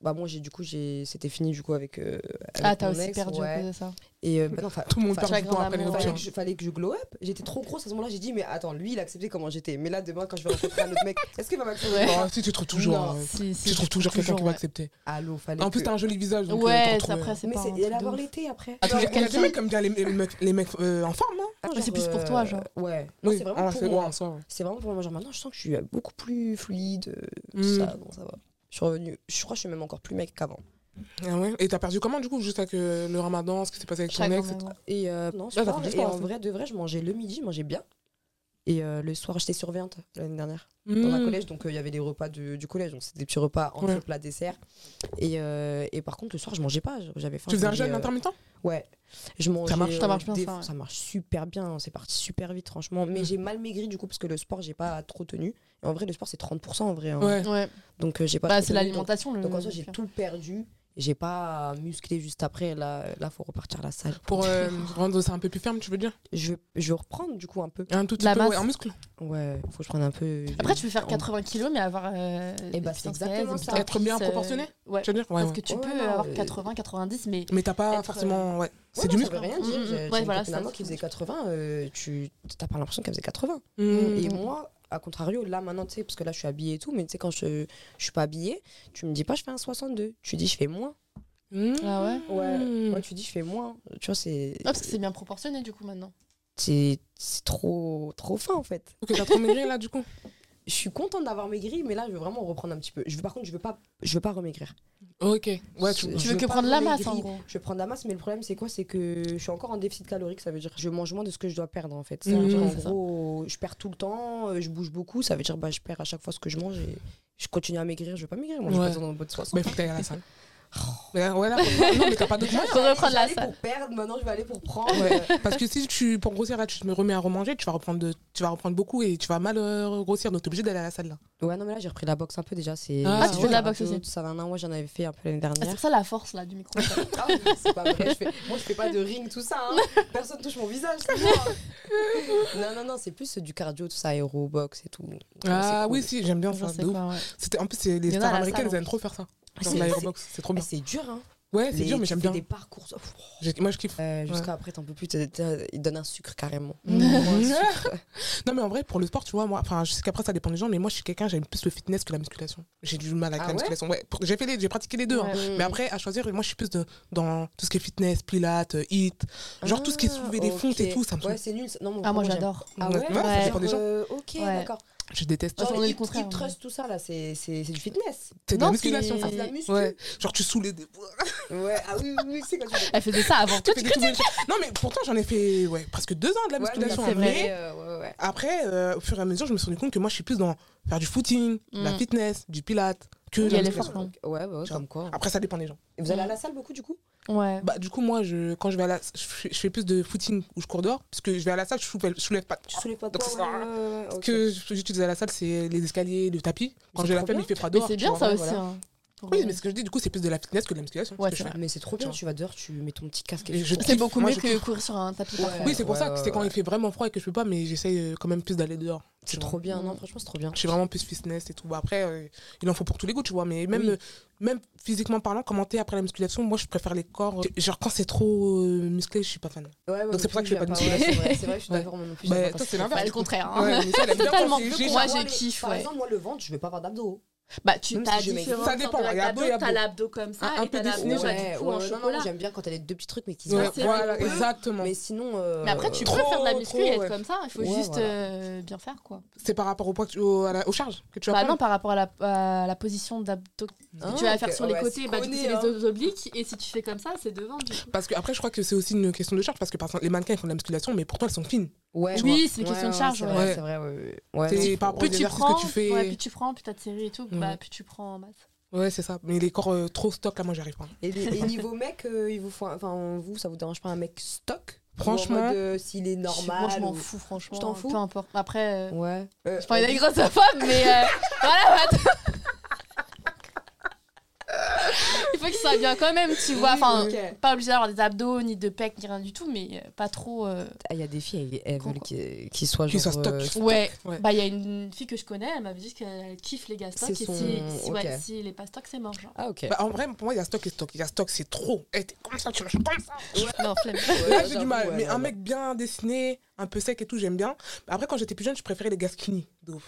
[SPEAKER 2] bah moi, j'ai du coup, j'ai c'était fini du coup avec. euh, avec
[SPEAKER 3] Ah, t'as
[SPEAKER 2] mon
[SPEAKER 3] aussi
[SPEAKER 2] ex,
[SPEAKER 3] perdu à
[SPEAKER 2] ouais.
[SPEAKER 3] cause de ça.
[SPEAKER 2] Et euh, bah non, enfin,
[SPEAKER 1] Tout le monde
[SPEAKER 2] enfin,
[SPEAKER 1] perd du poids après les
[SPEAKER 3] grandement,
[SPEAKER 2] Fallait
[SPEAKER 1] ruptures.
[SPEAKER 2] que, je, fallait que je glow up. J'étais trop grosse à ce moment-là. J'ai dit, mais attends, lui, il a accepté comment j'étais. Mais là, demain, quand je vais rencontrer un autre mec, est-ce qu'il va m'accepter
[SPEAKER 3] Ouais.
[SPEAKER 2] Ah,
[SPEAKER 1] Ah, si, tu trouves toujours.
[SPEAKER 2] Non,
[SPEAKER 1] euh,
[SPEAKER 3] Si, si,
[SPEAKER 1] Tu trouves toujours quelqu'un qui va
[SPEAKER 3] ouais.
[SPEAKER 1] accepter.
[SPEAKER 2] Allô, fallait.
[SPEAKER 1] En plus,
[SPEAKER 2] que-
[SPEAKER 1] t'as un joli visage. donc, euh, t'en
[SPEAKER 3] Ouais,
[SPEAKER 1] retrouves,
[SPEAKER 3] ça,
[SPEAKER 1] euh.
[SPEAKER 3] après, c'est
[SPEAKER 2] mais
[SPEAKER 3] pas.
[SPEAKER 2] c'est
[SPEAKER 3] un
[SPEAKER 2] et
[SPEAKER 3] truc
[SPEAKER 2] l'avoir
[SPEAKER 3] de ouf.
[SPEAKER 2] l'été après.
[SPEAKER 1] Attends,
[SPEAKER 2] Genre,
[SPEAKER 1] il y a
[SPEAKER 2] quelqu'un-
[SPEAKER 1] des mecs comme bien les, les mecs, les mecs euh, en forme, hein
[SPEAKER 2] genre,
[SPEAKER 3] c'est plus pour
[SPEAKER 2] euh,
[SPEAKER 3] toi, genre.
[SPEAKER 2] Ouais. Non, c'est vraiment
[SPEAKER 1] Ah,
[SPEAKER 2] pour
[SPEAKER 1] c'est-
[SPEAKER 2] moi.
[SPEAKER 1] ouais, en soi, ouais.
[SPEAKER 2] C'est vraiment pour moi. Genre maintenant, je sens que je suis euh, beaucoup plus fluide. euh,
[SPEAKER 1] Mm.
[SPEAKER 2] Ça, bon, ça va. Je suis revenue. Je crois que je suis même encore plus mec qu'avant.
[SPEAKER 1] Ah ouais. Et t'as perdu comment du coup Juste avec euh, le ramadan, ce qui s'est passé avec ton
[SPEAKER 3] Chaque
[SPEAKER 1] ex
[SPEAKER 3] moment.
[SPEAKER 2] Et euh, non,
[SPEAKER 1] Ouais,
[SPEAKER 2] soir,
[SPEAKER 1] t'as fait du
[SPEAKER 2] et
[SPEAKER 1] sport,
[SPEAKER 2] en
[SPEAKER 1] ça.
[SPEAKER 2] vrai, de vrai, je mangeais le midi, je mangeais bien. Et euh, le soir, j'étais surveillante l'année dernière
[SPEAKER 1] Mmh.
[SPEAKER 3] Mm.
[SPEAKER 2] dans un collège, donc euh, il y avait des repas de- du collège, donc c'était des petits repas entre
[SPEAKER 1] Ouais.
[SPEAKER 2] plat dessert. Et, euh, et par contre, le soir, je mangeais pas, j'avais faim.
[SPEAKER 1] Tu faisais un
[SPEAKER 2] je
[SPEAKER 1] jeûne
[SPEAKER 2] mangeais, euh,
[SPEAKER 1] intermittent
[SPEAKER 2] Ouais. Je mangeais,
[SPEAKER 1] marche,
[SPEAKER 3] ça
[SPEAKER 2] euh,
[SPEAKER 3] marche bien,
[SPEAKER 2] des-
[SPEAKER 3] ça, ouais.
[SPEAKER 2] marche super bien, hein, c'est parti super vite, franchement. Mais
[SPEAKER 1] Mm.
[SPEAKER 2] j'ai mal maigri du coup, parce que le sport, j'ai pas trop tenu. Et en vrai, le sport, c'est 30% en vrai. hein.
[SPEAKER 1] Ouais.
[SPEAKER 3] Ouais,
[SPEAKER 2] Donc euh, j'ai pas
[SPEAKER 3] bah,
[SPEAKER 2] trop
[SPEAKER 3] c'est euh,
[SPEAKER 2] tenu, donc-
[SPEAKER 3] l'alimentation. le-
[SPEAKER 2] Donc en soi, j'ai
[SPEAKER 3] le-
[SPEAKER 2] tout perdu. J'ai pas musclé juste après. Là, euh, là, faut repartir à la salle.
[SPEAKER 1] (laughs) Pour euh, rendre ça un peu plus ferme, tu veux dire
[SPEAKER 2] Je, je vais reprendre du coup un peu.
[SPEAKER 1] Un tout petit
[SPEAKER 3] La
[SPEAKER 1] peu,
[SPEAKER 3] masse.
[SPEAKER 1] ouais, en muscle
[SPEAKER 2] Ouais, faut que je prenne un peu.
[SPEAKER 3] Après, tu peux faire
[SPEAKER 2] en-
[SPEAKER 3] 80 kilos, mais avoir. euh,
[SPEAKER 2] Eh bah,
[SPEAKER 3] des
[SPEAKER 2] c'est
[SPEAKER 3] puissances
[SPEAKER 2] exactement
[SPEAKER 3] réelles, des
[SPEAKER 2] ça.
[SPEAKER 3] puissances
[SPEAKER 1] Être bien
[SPEAKER 3] prises, euh,
[SPEAKER 1] proportionné
[SPEAKER 3] Ouais.
[SPEAKER 1] Tu veux dire Ouais,
[SPEAKER 3] Parce
[SPEAKER 1] ouais.
[SPEAKER 3] que tu
[SPEAKER 2] Ouais,
[SPEAKER 3] peux
[SPEAKER 2] non,
[SPEAKER 3] avoir
[SPEAKER 2] euh,
[SPEAKER 3] 80, 90, mais
[SPEAKER 1] Mais t'as pas
[SPEAKER 2] Être, euh,
[SPEAKER 1] forcément. Ouais. C'est
[SPEAKER 2] Ouais,
[SPEAKER 1] du
[SPEAKER 2] non,
[SPEAKER 1] muscle.
[SPEAKER 2] Ça veut rien dire.
[SPEAKER 3] Mhm,
[SPEAKER 2] J'ai-
[SPEAKER 3] mhm.
[SPEAKER 2] J'ai
[SPEAKER 3] Ouais,
[SPEAKER 2] une
[SPEAKER 3] voilà,
[SPEAKER 2] copine à
[SPEAKER 3] ça,
[SPEAKER 2] moi
[SPEAKER 3] c'est
[SPEAKER 2] qui faisait
[SPEAKER 3] tout.
[SPEAKER 2] 80. euh, tu t'as pas l'impression qu'elle faisait 80.
[SPEAKER 1] Mmh.
[SPEAKER 2] Et
[SPEAKER 3] Mhm.
[SPEAKER 2] moi, à contrario, là maintenant, tu sais, parce que là je suis habillée et tout, mais tu sais, quand je, je suis pas habillée, tu me dis pas je fais un 62. Tu dis je fais moins.
[SPEAKER 1] Mmh.
[SPEAKER 3] Ah ouais
[SPEAKER 2] Ouais. Moi, tu dis je fais moins. Tu vois, c'est.
[SPEAKER 3] Ah, parce que c'est bien proportionné du coup maintenant.
[SPEAKER 2] c'est c'est trop, trop fin en fait.
[SPEAKER 1] Ok, t'as trop maigri là du coup
[SPEAKER 2] Je suis contente d'avoir maigri, mais là je veux vraiment reprendre un petit peu. Je veux, par contre, je veux pas, je veux pas remaigrir.
[SPEAKER 1] Ok. (laughs) Ouais, tu.
[SPEAKER 2] Je-
[SPEAKER 3] Tu
[SPEAKER 2] je
[SPEAKER 3] veux que
[SPEAKER 2] pas
[SPEAKER 3] prendre la masse
[SPEAKER 2] remaigrir.
[SPEAKER 3] en gros.
[SPEAKER 2] Je vais prendre la masse, mais le problème, c'est quoi C'est que je suis encore en déficit calorique, ça veut dire que je mange moins de ce que je dois perdre, en fait. Ça veut
[SPEAKER 1] Mhm.
[SPEAKER 2] dire, en
[SPEAKER 3] C'est ça.
[SPEAKER 2] gros, je perds tout le temps, euh, je bouge beaucoup, ça veut dire bah, je perds à chaque fois ce que je mange et je continue à maigrir, je vais pas maigrir, moi, j'ai
[SPEAKER 1] Ouais.
[SPEAKER 2] pas besoin d'un pot de 60.
[SPEAKER 1] Mais faut que t'ailles à la salle. Mais (laughs) ouais, là, faut- non, mais t'as pas d'autre moyen.
[SPEAKER 3] Faut reprendre la salle.
[SPEAKER 2] pour perdre, maintenant je vais aller pour prendre.
[SPEAKER 1] Ouais. Parce que si tu, pour grossir là, tu te remets à remanger, tu vas reprendre, de- tu vas reprendre beaucoup et tu vas mal euh, grossir. Donc t'es obligé d'aller à la salle là.
[SPEAKER 2] (laughs) Ouais, non, mais là, j'ai repris la boxe un peu déjà. c'est
[SPEAKER 1] Ah, tu
[SPEAKER 2] c'est
[SPEAKER 1] fais de
[SPEAKER 3] la
[SPEAKER 2] un
[SPEAKER 3] boxe
[SPEAKER 2] peu-
[SPEAKER 3] aussi.
[SPEAKER 2] Ça va un an, moi, j'en avais fait un peu l'année
[SPEAKER 3] Ah, c'est
[SPEAKER 2] dernière.
[SPEAKER 3] ça la force là du micro.
[SPEAKER 2] (laughs) Ah, c'est pas vrai. Je fais- Moi, je fais pas de ring, tout ça. hein. Personne touche mon visage. c'est moi. non, non, non, c'est plus du cardio, tout ça, aérobox et tout. Donc,
[SPEAKER 1] Ah
[SPEAKER 2] c'est cool.
[SPEAKER 1] oui, si, j'aime bien
[SPEAKER 3] Je
[SPEAKER 1] ça.
[SPEAKER 3] sais
[SPEAKER 1] de ouf.
[SPEAKER 3] pas, ouais.
[SPEAKER 1] C'était- En plus, c'est- les
[SPEAKER 3] Il y en a
[SPEAKER 1] stars
[SPEAKER 3] à la
[SPEAKER 1] américaines,
[SPEAKER 3] salle, en
[SPEAKER 1] elles aiment trop faire ça.
[SPEAKER 2] C'est-
[SPEAKER 1] Dans l'aérobox, hein. c'est trop
[SPEAKER 2] Eh,
[SPEAKER 1] bien.
[SPEAKER 2] C'est dur, hein.
[SPEAKER 1] Ouais, c'est
[SPEAKER 2] Les-
[SPEAKER 1] dur, mais
[SPEAKER 2] tu
[SPEAKER 1] j'aime
[SPEAKER 2] fais
[SPEAKER 1] bien.
[SPEAKER 2] des parcours. ça-
[SPEAKER 1] J'ai- Moi, je kiffe.
[SPEAKER 2] Euh, Jusqu'à après, t'en peux plus. t'es- t'es- Ils donnent un sucre
[SPEAKER 1] (laughs)
[SPEAKER 2] carrément.
[SPEAKER 1] non, mais en vrai, pour le sport, tu vois, moi, enfin, je sais qu'après, ça dépend des gens, mais moi, je suis quelqu'un, j'aime plus le fitness que la musculation. J'ai du mal avec
[SPEAKER 2] Ah
[SPEAKER 1] la
[SPEAKER 2] ouais
[SPEAKER 1] musculation. Ouais, pour- j'ai fait les- j'ai pratiqué les deux. hein.
[SPEAKER 2] Mm.
[SPEAKER 1] Mais après, à choisir, moi, je suis plus de, dans tout ce qui est fitness, pilates, euh, hit. Genre, tout ce qui est
[SPEAKER 2] Ah,
[SPEAKER 1] soulever des fontes et
[SPEAKER 2] ok.
[SPEAKER 1] tout, ça me
[SPEAKER 2] Ouais, c'est nul. ça. Non,
[SPEAKER 3] Ah, moi
[SPEAKER 2] j'aime.
[SPEAKER 3] j'adore.
[SPEAKER 2] Ah
[SPEAKER 1] Ouais,
[SPEAKER 2] ouais,
[SPEAKER 1] ouais,
[SPEAKER 3] ça
[SPEAKER 2] Genre,
[SPEAKER 1] dépend des gens.
[SPEAKER 2] euh, Ok,
[SPEAKER 3] Ouais.
[SPEAKER 2] d'accord.
[SPEAKER 1] Je déteste.
[SPEAKER 3] Moi,
[SPEAKER 2] Genre,
[SPEAKER 3] j'en ai le
[SPEAKER 2] hip-
[SPEAKER 3] contraire,
[SPEAKER 2] hip
[SPEAKER 3] moi.
[SPEAKER 2] thrust, tout ça, là, c'est c'est- c'est du fitness.
[SPEAKER 1] C'est de
[SPEAKER 3] Non,
[SPEAKER 1] la musculation,
[SPEAKER 3] c'est-
[SPEAKER 1] ça.
[SPEAKER 2] c'est de la muscu.
[SPEAKER 1] Ouais. Genre, tu soulèves des.
[SPEAKER 2] (laughs) Ouais, ah oui, oui, oui, c'est quand tu fais-
[SPEAKER 3] Elle faisait ça avant.
[SPEAKER 1] Tu fais des doubles- Non, mais pourtant, j'en ai fait ouais, presque deux ans de la
[SPEAKER 2] Ouais,
[SPEAKER 1] musculation. hein.
[SPEAKER 3] c'est
[SPEAKER 1] mais
[SPEAKER 3] vrai.
[SPEAKER 2] euh, ouais, ouais.
[SPEAKER 1] Après, euh, au fur et à mesure, je me suis rendu compte que moi, je suis plus dans faire du footing, de la
[SPEAKER 3] Mm.
[SPEAKER 1] fitness, du pilate, que
[SPEAKER 3] Oui,
[SPEAKER 1] de la
[SPEAKER 3] elle est
[SPEAKER 1] musculation.
[SPEAKER 3] forte, hein.
[SPEAKER 2] Ouais, bah ouais,
[SPEAKER 1] Genre.
[SPEAKER 2] comme quoi.
[SPEAKER 1] Après, ça dépend des gens.
[SPEAKER 2] Et
[SPEAKER 3] Mm.
[SPEAKER 2] vous allez à la salle beaucoup, du coup
[SPEAKER 3] Ouais.
[SPEAKER 1] Bah, du coup, moi, je, quand je vais à la, je, fais- je fais plus de footing où je cours dehors, parce que je vais à la salle, je soulève, je soulève pas. de-
[SPEAKER 2] Tu soulèves pas de
[SPEAKER 1] Donc,
[SPEAKER 2] poids,
[SPEAKER 1] ça-
[SPEAKER 2] ouais, ouais, ouais,
[SPEAKER 3] euh,
[SPEAKER 1] Ce
[SPEAKER 2] ok.
[SPEAKER 1] que j'utilise à la salle, c'est les escaliers, le tapis. Quand
[SPEAKER 2] C'est
[SPEAKER 1] j'ai la
[SPEAKER 2] trop
[SPEAKER 1] flemme,
[SPEAKER 2] bien.
[SPEAKER 1] il fait froid
[SPEAKER 3] Mais
[SPEAKER 1] dehors.
[SPEAKER 3] c'est
[SPEAKER 1] tu
[SPEAKER 3] bien
[SPEAKER 1] vois.
[SPEAKER 3] ça
[SPEAKER 2] ouais,
[SPEAKER 3] aussi.
[SPEAKER 2] voilà.
[SPEAKER 3] hein, pour-
[SPEAKER 1] Oui, mais ce que je dis, du coup, c'est plus de la fitness que de la musculation. ce
[SPEAKER 3] Ouais,
[SPEAKER 1] que je
[SPEAKER 3] c'est
[SPEAKER 1] fais.
[SPEAKER 2] Ah, Mais c'est trop bien, tu vas dehors, tu mets ton petit casque et
[SPEAKER 1] Et
[SPEAKER 2] tu
[SPEAKER 1] je-
[SPEAKER 2] cours.
[SPEAKER 3] C'est beaucoup
[SPEAKER 1] Moi,
[SPEAKER 3] mieux
[SPEAKER 1] je
[SPEAKER 3] que courir sur un tapis.
[SPEAKER 2] Ouais.
[SPEAKER 3] parfois.
[SPEAKER 1] Oui, c'est pour
[SPEAKER 2] Ouais,
[SPEAKER 1] ça
[SPEAKER 2] ouais,
[SPEAKER 1] que c'est quand
[SPEAKER 2] ouais.
[SPEAKER 1] il fait vraiment froid et que je peux pas, mais j'essaye euh, quand même plus d'aller dehors. tu
[SPEAKER 2] C'est
[SPEAKER 1] vois. Mm.
[SPEAKER 2] trop bien, non, franchement, c'est trop bien.
[SPEAKER 1] Je suis vraiment plus fitness et tout. Bah, Après, euh, il en faut pour tous les goûts, tu vois. Mais même,
[SPEAKER 2] Oui.
[SPEAKER 1] euh, même physiquement parlant, commenter après la musculation, moi, je préfère les corps. euh, Genre, quand c'est trop euh, musclé, je suis pas fan. Donc, c'est pour ça que je fais pas de
[SPEAKER 2] Ouais,
[SPEAKER 3] muscu.
[SPEAKER 2] c'est vrai, c'est vrai, je suis
[SPEAKER 1] Ouais.
[SPEAKER 2] d'accord, moi non plus.
[SPEAKER 1] Bah,
[SPEAKER 2] j'aime pas
[SPEAKER 1] toi,
[SPEAKER 2] ça.
[SPEAKER 1] c'est l'inverse.
[SPEAKER 3] Bah, le contraire. hein.
[SPEAKER 1] Ouais, mais ça, elle aime bien
[SPEAKER 3] Totalement.
[SPEAKER 1] quand c'est
[SPEAKER 3] Moi,
[SPEAKER 1] léger.
[SPEAKER 3] j'ai
[SPEAKER 2] le-
[SPEAKER 3] kiff,
[SPEAKER 2] Par
[SPEAKER 3] ouais.
[SPEAKER 2] exemple, moi, le ventre, je vais pas avoir d'abdos.
[SPEAKER 3] Bah, tu
[SPEAKER 2] Même
[SPEAKER 3] t'as
[SPEAKER 2] si je mets-
[SPEAKER 3] différentes
[SPEAKER 1] Ça
[SPEAKER 3] sortes
[SPEAKER 1] dépend,
[SPEAKER 3] de
[SPEAKER 1] il y a
[SPEAKER 3] l'abdos,
[SPEAKER 1] beau, il y a
[SPEAKER 3] T'as
[SPEAKER 1] beau.
[SPEAKER 3] l'abdo comme ça.
[SPEAKER 1] Un- un
[SPEAKER 3] et
[SPEAKER 1] peu
[SPEAKER 3] t'as l'abdo,
[SPEAKER 1] dessiné,
[SPEAKER 3] bah,
[SPEAKER 1] ouais,
[SPEAKER 3] du coup, en
[SPEAKER 2] non, non,
[SPEAKER 3] chocolat.
[SPEAKER 2] j'aime bien quand elle est deux petits trucs, mais qui se
[SPEAKER 1] Ouais,
[SPEAKER 3] Ah,
[SPEAKER 2] voient.
[SPEAKER 3] c'est
[SPEAKER 1] voilà,
[SPEAKER 3] vrai.
[SPEAKER 1] exactement.
[SPEAKER 2] Mais sinon. euh,
[SPEAKER 3] Mais après, tu
[SPEAKER 1] trop,
[SPEAKER 3] peux faire de la muscu
[SPEAKER 1] trop,
[SPEAKER 3] et être
[SPEAKER 1] ouais.
[SPEAKER 3] comme ça. Il faut
[SPEAKER 2] Ouais,
[SPEAKER 3] juste
[SPEAKER 2] voilà.
[SPEAKER 3] euh, bien faire, quoi.
[SPEAKER 1] C'est par rapport au poids, que tu- au- à la- aux charges que tu vas
[SPEAKER 3] Bah non,
[SPEAKER 1] prendre.
[SPEAKER 3] par rapport à la, à la position d'abdo que
[SPEAKER 2] Ah,
[SPEAKER 3] tu vas
[SPEAKER 2] ok.
[SPEAKER 3] faire sur
[SPEAKER 2] Ah
[SPEAKER 3] les
[SPEAKER 2] ouais,
[SPEAKER 3] côtés,
[SPEAKER 2] c'est
[SPEAKER 3] bah, du coup,
[SPEAKER 2] conné,
[SPEAKER 3] c'est
[SPEAKER 2] hein.
[SPEAKER 3] les os obliques. Et si tu fais comme ça, c'est devant, du coup.
[SPEAKER 1] Parce que après, je crois que c'est aussi une question de charge. Parce que par exemple, les mannequins ils font de la musculation, mais pourtant elles sont fines.
[SPEAKER 2] Ouais,
[SPEAKER 1] tu
[SPEAKER 3] Oui, c'est une
[SPEAKER 2] Ouais,
[SPEAKER 3] question de
[SPEAKER 2] ouais,
[SPEAKER 3] charge.
[SPEAKER 2] C'est
[SPEAKER 3] ouais.
[SPEAKER 1] ouais.
[SPEAKER 2] vrai, c'est vrai, ouais, ouais.
[SPEAKER 1] C'est
[SPEAKER 2] Ouais,
[SPEAKER 1] par rapport aux
[SPEAKER 3] Plus tu
[SPEAKER 1] exercices
[SPEAKER 3] prends,
[SPEAKER 1] que tu fais.
[SPEAKER 3] ouais, plus tu prends, plus t'as de séries et tout, bah,
[SPEAKER 1] Ouais.
[SPEAKER 3] plus tu prends en masse.
[SPEAKER 1] Ouais, c'est ça. Mais les corps euh, trop stock, là, moi, j'arrive pas.
[SPEAKER 2] Et, les- et niveau mec, euh, il vous faut, un- enfin vous, ça vous dérange pas un mec stock Ou en
[SPEAKER 1] Franchement.
[SPEAKER 2] mode, euh, s'il est normal.
[SPEAKER 3] Moi, je m'en
[SPEAKER 2] ou-
[SPEAKER 3] fous, franchement.
[SPEAKER 2] Tu t'en fous
[SPEAKER 3] Peu importe. Après, euh,
[SPEAKER 2] Ouais. Euh,
[SPEAKER 3] je parlais
[SPEAKER 2] euh,
[SPEAKER 3] des grosses femmes, mais
[SPEAKER 2] (laughs)
[SPEAKER 3] euh, voilà, bah, (laughs) Il faut qu'il soit bien quand même, tu vois. Enfin,
[SPEAKER 2] ok.
[SPEAKER 3] pas obligé d'avoir des abdos, ni de pecs, ni rien du tout, mais euh, pas trop. euh,
[SPEAKER 2] Ah, il y a des filles, elles, elles
[SPEAKER 3] Con,
[SPEAKER 2] veulent
[SPEAKER 3] quoi.
[SPEAKER 2] qu'ils qu'ils soient
[SPEAKER 1] Qu'ils
[SPEAKER 2] genre.
[SPEAKER 1] soient stock.
[SPEAKER 2] euh,
[SPEAKER 3] Ouais.
[SPEAKER 1] ouais.
[SPEAKER 3] Bah, il y a une fille que je connais, elle m'a dit qu'elle kiffe les gars stock.
[SPEAKER 2] C'est
[SPEAKER 3] Et
[SPEAKER 2] son-
[SPEAKER 3] si, si, ouais,
[SPEAKER 2] ok.
[SPEAKER 3] s'il est pas stock, c'est mort, genre.
[SPEAKER 2] Ah, ok.
[SPEAKER 1] Bah, en vrai, pour moi, il y a stock et stock. Il y a stock, c'est trop. Eh, t'es comme ça, tu manges comme ça.
[SPEAKER 3] Non, flemme.
[SPEAKER 1] Là, j'ai du mal. mais un mec bien dessiné, un peu sec et tout, j'aime bien. Après, quand j'étais plus jeune, je préférais les gars skinny. de ouf.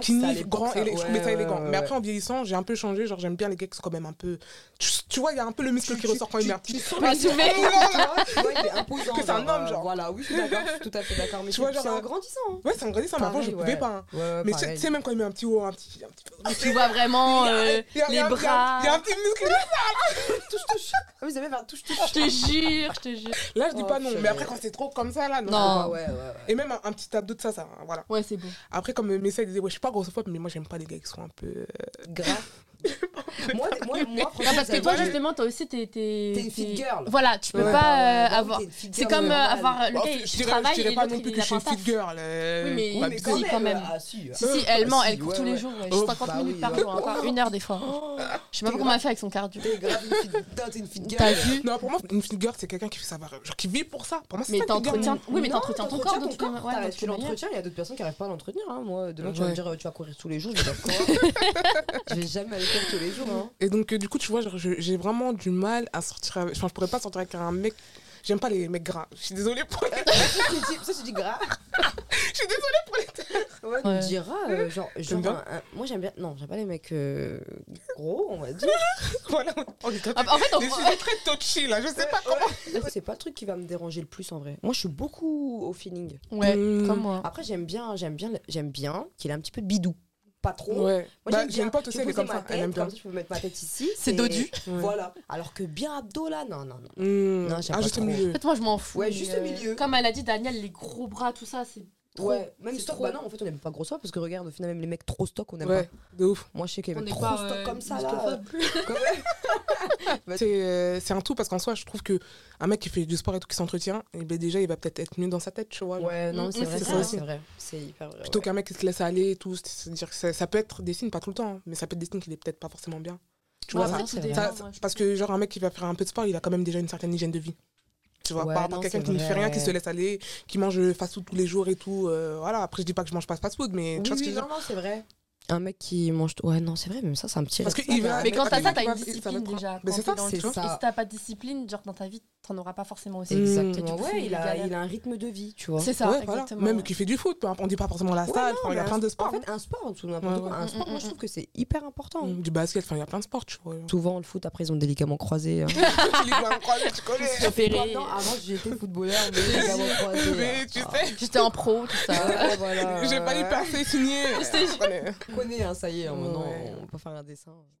[SPEAKER 1] Skinny, grand, élé- je trouvais ça élégant. Mais après, en vieillissant, j'ai un peu changé. Genre, j'aime bien les gars qui sont quand même un peu. Tu, tu vois, il y a un peu le muscle qui ressort quand il meurt.
[SPEAKER 2] Tu sens
[SPEAKER 3] Mais
[SPEAKER 2] que
[SPEAKER 3] tu mets-
[SPEAKER 2] (laughs) c'est imposant.
[SPEAKER 1] Que c'est un
[SPEAKER 2] genre,
[SPEAKER 1] homme,
[SPEAKER 2] euh,
[SPEAKER 1] genre.
[SPEAKER 2] Voilà, oui, je suis d'accord, je suis tout à fait d'accord. Mais
[SPEAKER 1] Tu
[SPEAKER 2] tu
[SPEAKER 1] vois,
[SPEAKER 2] vois,
[SPEAKER 1] genre, euh,
[SPEAKER 2] c'est
[SPEAKER 1] un-
[SPEAKER 2] en grandissant. hein.
[SPEAKER 1] Ouais, ça me grandit ça, mais avant, je
[SPEAKER 2] Pareil,
[SPEAKER 1] ne pouvais
[SPEAKER 2] ouais.
[SPEAKER 1] pas. hein.
[SPEAKER 2] Ouais, ouais,
[SPEAKER 1] Mais tu sais-
[SPEAKER 2] pareil.
[SPEAKER 1] tu sais, même quand il met un petit haut, un petit. un petit-
[SPEAKER 3] (laughs) Tu vois vraiment euh,
[SPEAKER 1] Il y a- il y a- il y
[SPEAKER 3] les
[SPEAKER 1] a un-
[SPEAKER 3] bras.
[SPEAKER 1] Il y a un petit muscle.
[SPEAKER 2] touche, touche. Ah, vous avez fait un touche, touche.
[SPEAKER 3] Je te jure, je te jure.
[SPEAKER 1] Là, je dis
[SPEAKER 2] Oh,
[SPEAKER 1] pas non. Mais
[SPEAKER 2] purée.
[SPEAKER 1] après, quand c'est trop comme ça, là, non.
[SPEAKER 3] Non.
[SPEAKER 2] Ah, ouais, ouais, ouais.
[SPEAKER 1] Et même un, un petit abdo de ça, ça. Voilà.
[SPEAKER 3] Ouais, c'est beau.
[SPEAKER 1] Après, comme euh, Messa disait, ouais, je suis pas grossophobe, mais moi, j'aime pas les gars qui sont un peu. euh, (laughs)
[SPEAKER 2] Grave. moi, moi, moi,
[SPEAKER 3] Non, parce que
[SPEAKER 2] franchement,
[SPEAKER 3] toi,
[SPEAKER 2] j'avais-
[SPEAKER 3] justement, toi aussi, t'es. T'es
[SPEAKER 2] T'es une fit girl.
[SPEAKER 3] Voilà, tu peux
[SPEAKER 2] Ouais,
[SPEAKER 3] pas
[SPEAKER 2] bah ouais,
[SPEAKER 3] euh,
[SPEAKER 2] bah oui,
[SPEAKER 3] avoir.
[SPEAKER 2] t'es une fit
[SPEAKER 3] C'est
[SPEAKER 2] girl
[SPEAKER 3] comme euh,
[SPEAKER 2] normale.
[SPEAKER 3] avoir le
[SPEAKER 1] Bon,
[SPEAKER 3] gars,
[SPEAKER 1] Bah, je
[SPEAKER 3] il
[SPEAKER 1] dirais-
[SPEAKER 3] travaille
[SPEAKER 1] je
[SPEAKER 3] et
[SPEAKER 1] dirais pas
[SPEAKER 3] l'autre,
[SPEAKER 1] non plus
[SPEAKER 3] il
[SPEAKER 1] que je
[SPEAKER 3] a
[SPEAKER 1] suis
[SPEAKER 3] pas
[SPEAKER 1] une
[SPEAKER 3] un taf.
[SPEAKER 1] petite girl. euh,
[SPEAKER 3] Oui, mais-
[SPEAKER 1] on
[SPEAKER 2] Oui,
[SPEAKER 1] va
[SPEAKER 3] Ah,
[SPEAKER 2] mais
[SPEAKER 1] dire.
[SPEAKER 3] si, quand même.
[SPEAKER 2] Ah, si.
[SPEAKER 3] Si, si, elle ment,
[SPEAKER 2] Ah, si,
[SPEAKER 3] elle court
[SPEAKER 2] ouais,
[SPEAKER 3] tous les
[SPEAKER 2] ouais.
[SPEAKER 3] jours, ouais,
[SPEAKER 1] Oh,
[SPEAKER 3] 50
[SPEAKER 2] bah
[SPEAKER 3] minutes
[SPEAKER 2] oui,
[SPEAKER 3] par
[SPEAKER 2] ouais.
[SPEAKER 3] jour, encore une heure des fois. Je sais pas
[SPEAKER 2] T'es
[SPEAKER 3] comment elle fait avec son cardio.
[SPEAKER 2] T'es grave une fit- putain, t'es une euh, fit
[SPEAKER 3] T'as
[SPEAKER 2] girl.
[SPEAKER 3] vu
[SPEAKER 1] Non, pour moi, une fille girl, c'est quelqu'un qui fait savoir, genre qui vit pour ça. Pour moi, c'est
[SPEAKER 3] Mais
[SPEAKER 1] ça, une fille girl.
[SPEAKER 3] t'entretiens. Oui, mais
[SPEAKER 2] Non,
[SPEAKER 3] t'entretiens ton corps de toute
[SPEAKER 2] t'entretiens
[SPEAKER 3] manière.
[SPEAKER 2] ton corps,
[SPEAKER 3] Ouais,
[SPEAKER 2] t'as-
[SPEAKER 3] de
[SPEAKER 2] Tu
[SPEAKER 3] toute manière.
[SPEAKER 2] l'entretiens, il y a d'autres personnes qui n'arrivent pas à l'entretenir. hein. Moi, demain, tu vas
[SPEAKER 1] Ouais.
[SPEAKER 2] me dire euh, tu vas courir tous les jours. Je vais dire quoi Je vais jamais aller courir tous les jours. hein.
[SPEAKER 1] Et donc, euh, du coup, tu vois, genre, je- j'ai vraiment du mal à sortir. avec- Enfin, je pourrais pas sortir avec un mec. J'aime pas les mecs gras. Je suis désolée pour les.
[SPEAKER 2] Ça, tu dis- Ça, tu dis gras.
[SPEAKER 1] Je suis désolée.
[SPEAKER 2] Ouais,
[SPEAKER 3] Ouais.
[SPEAKER 2] tu me diras. euh, genre, genre
[SPEAKER 1] bien
[SPEAKER 2] un- un- moi, j'aime bien. Non, j'aime pas les mecs euh, gros, on va dire.
[SPEAKER 1] Voilà, on est
[SPEAKER 3] Ah, bah, En fait,
[SPEAKER 1] des
[SPEAKER 3] on-
[SPEAKER 1] sujets très touchy là. Je sais pas comment.
[SPEAKER 2] C'est pas le truc qui va me déranger le plus en vrai. Moi, je suis beaucoup au feeling.
[SPEAKER 3] ouais,
[SPEAKER 1] Mmh.
[SPEAKER 3] comme moi.
[SPEAKER 2] Après, j'aime bien, j'aime bien, le- j'aime bien qu'il ait un petit peu de bidou. Pas trop. Moi,
[SPEAKER 1] Ouais. Bah,
[SPEAKER 2] bien,
[SPEAKER 1] j'aime pas
[SPEAKER 2] je
[SPEAKER 1] aussi,
[SPEAKER 2] peux
[SPEAKER 1] elle est
[SPEAKER 2] poser
[SPEAKER 1] comme
[SPEAKER 2] ma
[SPEAKER 1] ça.
[SPEAKER 2] tête,
[SPEAKER 1] Elle aime bien.
[SPEAKER 2] Comme ça, je peux mettre ma tête ici.
[SPEAKER 3] C'est dodu.
[SPEAKER 1] Ouais.
[SPEAKER 2] Voilà. Alors que bien abdo là, non, non, non.
[SPEAKER 1] Mmh.
[SPEAKER 2] Non, j'aime
[SPEAKER 1] Ah,
[SPEAKER 2] pas
[SPEAKER 1] juste au
[SPEAKER 2] trop.
[SPEAKER 1] milieu.
[SPEAKER 3] En fait, moi, je m'en fous.
[SPEAKER 2] Ouais,
[SPEAKER 3] mais,
[SPEAKER 2] juste au
[SPEAKER 3] euh,
[SPEAKER 2] milieu.
[SPEAKER 3] Comme elle a dit, Daniel, les gros bras, tout ça, c'est. trop.
[SPEAKER 2] Ouais, même
[SPEAKER 3] C'est
[SPEAKER 2] stock,
[SPEAKER 3] trop.
[SPEAKER 2] bah non, en fait, on n'aime pas gros stock parce que regarde, au final, même les mecs trop stock, on (laughs) n'aime
[SPEAKER 1] Ouais,
[SPEAKER 2] pas.
[SPEAKER 1] de ouf.
[SPEAKER 2] (laughs) Moi, je sais qu'il y
[SPEAKER 3] On
[SPEAKER 2] avait
[SPEAKER 3] n'est
[SPEAKER 2] trop
[SPEAKER 3] pas
[SPEAKER 2] stock
[SPEAKER 3] euh,
[SPEAKER 2] comme ça là.
[SPEAKER 3] musclophobe.
[SPEAKER 1] C'est euh, c'est un tout parce qu'en soi, je trouve que un mec qui fait du sport et tout qui s'entretient, eh ben déjà, il va peut-être être mieux dans sa tête, tu vois. genre.
[SPEAKER 2] Ouais, non,
[SPEAKER 3] Mm,
[SPEAKER 2] c'est
[SPEAKER 3] mm,
[SPEAKER 2] vrai,
[SPEAKER 1] c'est
[SPEAKER 2] c'est
[SPEAKER 1] ça.
[SPEAKER 2] vrai, c'est vrai. C'est hyper vrai.
[SPEAKER 1] Plutôt
[SPEAKER 2] ouais.
[SPEAKER 1] qu'un mec qui se laisse aller et tout, c'est-à-dire que ça, ça peut être des signes, pas tout le temps, hein, mais ça peut être des signes qu'il est peut-être pas forcément bien. Tu
[SPEAKER 3] Ouais,
[SPEAKER 1] vois, ça,
[SPEAKER 2] Ouais,
[SPEAKER 3] Bah, après,
[SPEAKER 2] ça,
[SPEAKER 3] tout
[SPEAKER 2] c'est vrai.
[SPEAKER 3] dépend,
[SPEAKER 1] ça-
[SPEAKER 3] moi, je-
[SPEAKER 1] parce que genre un mec qui va faire un peu de sport, il a quand même déjà une certaine hygiène de vie. Tu vois,
[SPEAKER 2] Ouais,
[SPEAKER 1] par rapport
[SPEAKER 2] non,
[SPEAKER 1] à quelqu'un
[SPEAKER 2] c'est
[SPEAKER 1] qui ne fait rien,
[SPEAKER 2] vrai.
[SPEAKER 1] qui se laisse aller, qui mange fast-food tous les jours et tout. euh, voilà, après je dis pas que je mange pas de fast-food, mais
[SPEAKER 2] Oui,
[SPEAKER 1] tu vois ce que
[SPEAKER 2] oui,
[SPEAKER 1] je veux
[SPEAKER 2] non,
[SPEAKER 1] dire
[SPEAKER 2] non, c'est vrai. un mec qui mange tout. Ouais, non, c'est vrai, même ça, c'est un petit
[SPEAKER 1] Parce
[SPEAKER 2] reste.
[SPEAKER 1] que il va-
[SPEAKER 3] Mais quand
[SPEAKER 1] Mais
[SPEAKER 3] t'as
[SPEAKER 1] après,
[SPEAKER 3] ça,
[SPEAKER 1] il
[SPEAKER 3] t'as une
[SPEAKER 1] va- il- ça va
[SPEAKER 3] discipline
[SPEAKER 1] être-
[SPEAKER 3] déjà.
[SPEAKER 1] Mais
[SPEAKER 3] Quand t'es
[SPEAKER 1] c'est ça,
[SPEAKER 3] dans le
[SPEAKER 1] c'est
[SPEAKER 3] truc,
[SPEAKER 2] ça.
[SPEAKER 3] Et si t'as pas de discipline, genre dans ta vie, t'en auras pas forcément aussi.
[SPEAKER 1] Mm.
[SPEAKER 3] Et
[SPEAKER 2] Exactement.
[SPEAKER 3] du coup,
[SPEAKER 2] Ouais,
[SPEAKER 3] c'est
[SPEAKER 2] il a,
[SPEAKER 3] galère.
[SPEAKER 2] il a un rythme de vie, tu vois.
[SPEAKER 3] C'est ça,
[SPEAKER 1] Ouais, voilà.
[SPEAKER 3] exactement.
[SPEAKER 1] Même qui fait du foot, peu importe, on dit pas forcément la
[SPEAKER 2] Ouais,
[SPEAKER 1] salle,
[SPEAKER 2] non,
[SPEAKER 1] enfin, il y a
[SPEAKER 2] mais
[SPEAKER 1] plein
[SPEAKER 2] un
[SPEAKER 1] de
[SPEAKER 2] sport,
[SPEAKER 1] sports.
[SPEAKER 2] En fait, un sport, en dessous de n'importe
[SPEAKER 1] Ouais,
[SPEAKER 2] quoi.
[SPEAKER 1] ouais.
[SPEAKER 2] Un
[SPEAKER 3] Mm,
[SPEAKER 2] sport,
[SPEAKER 3] mm,
[SPEAKER 2] moi,
[SPEAKER 3] mm.
[SPEAKER 2] je trouve que c'est hyper important.
[SPEAKER 1] Mm, Du basket, enfin, il y a plein de sports, tu vois.
[SPEAKER 2] Souvent, le foot, après, ils ont des ligaments croisés. hein. (laughs)
[SPEAKER 1] Les ligaments croisés, (laughs) tu connais.
[SPEAKER 3] Opéré.
[SPEAKER 2] Non, avant, j'étais footballeur, mais (laughs) les ligaments croisés.
[SPEAKER 1] Mais (laughs) tu
[SPEAKER 2] ah.
[SPEAKER 1] sais,
[SPEAKER 3] J'étais en pro, tout
[SPEAKER 2] (laughs)
[SPEAKER 3] ça.
[SPEAKER 2] Ouais, voilà.
[SPEAKER 1] Ah. j'ai pas hyper signé.
[SPEAKER 3] Je te jure.
[SPEAKER 1] Euh.
[SPEAKER 2] On connaît, hein, ça y est, hein, maintenant,
[SPEAKER 1] Ouais.
[SPEAKER 2] on peut faire un dessin.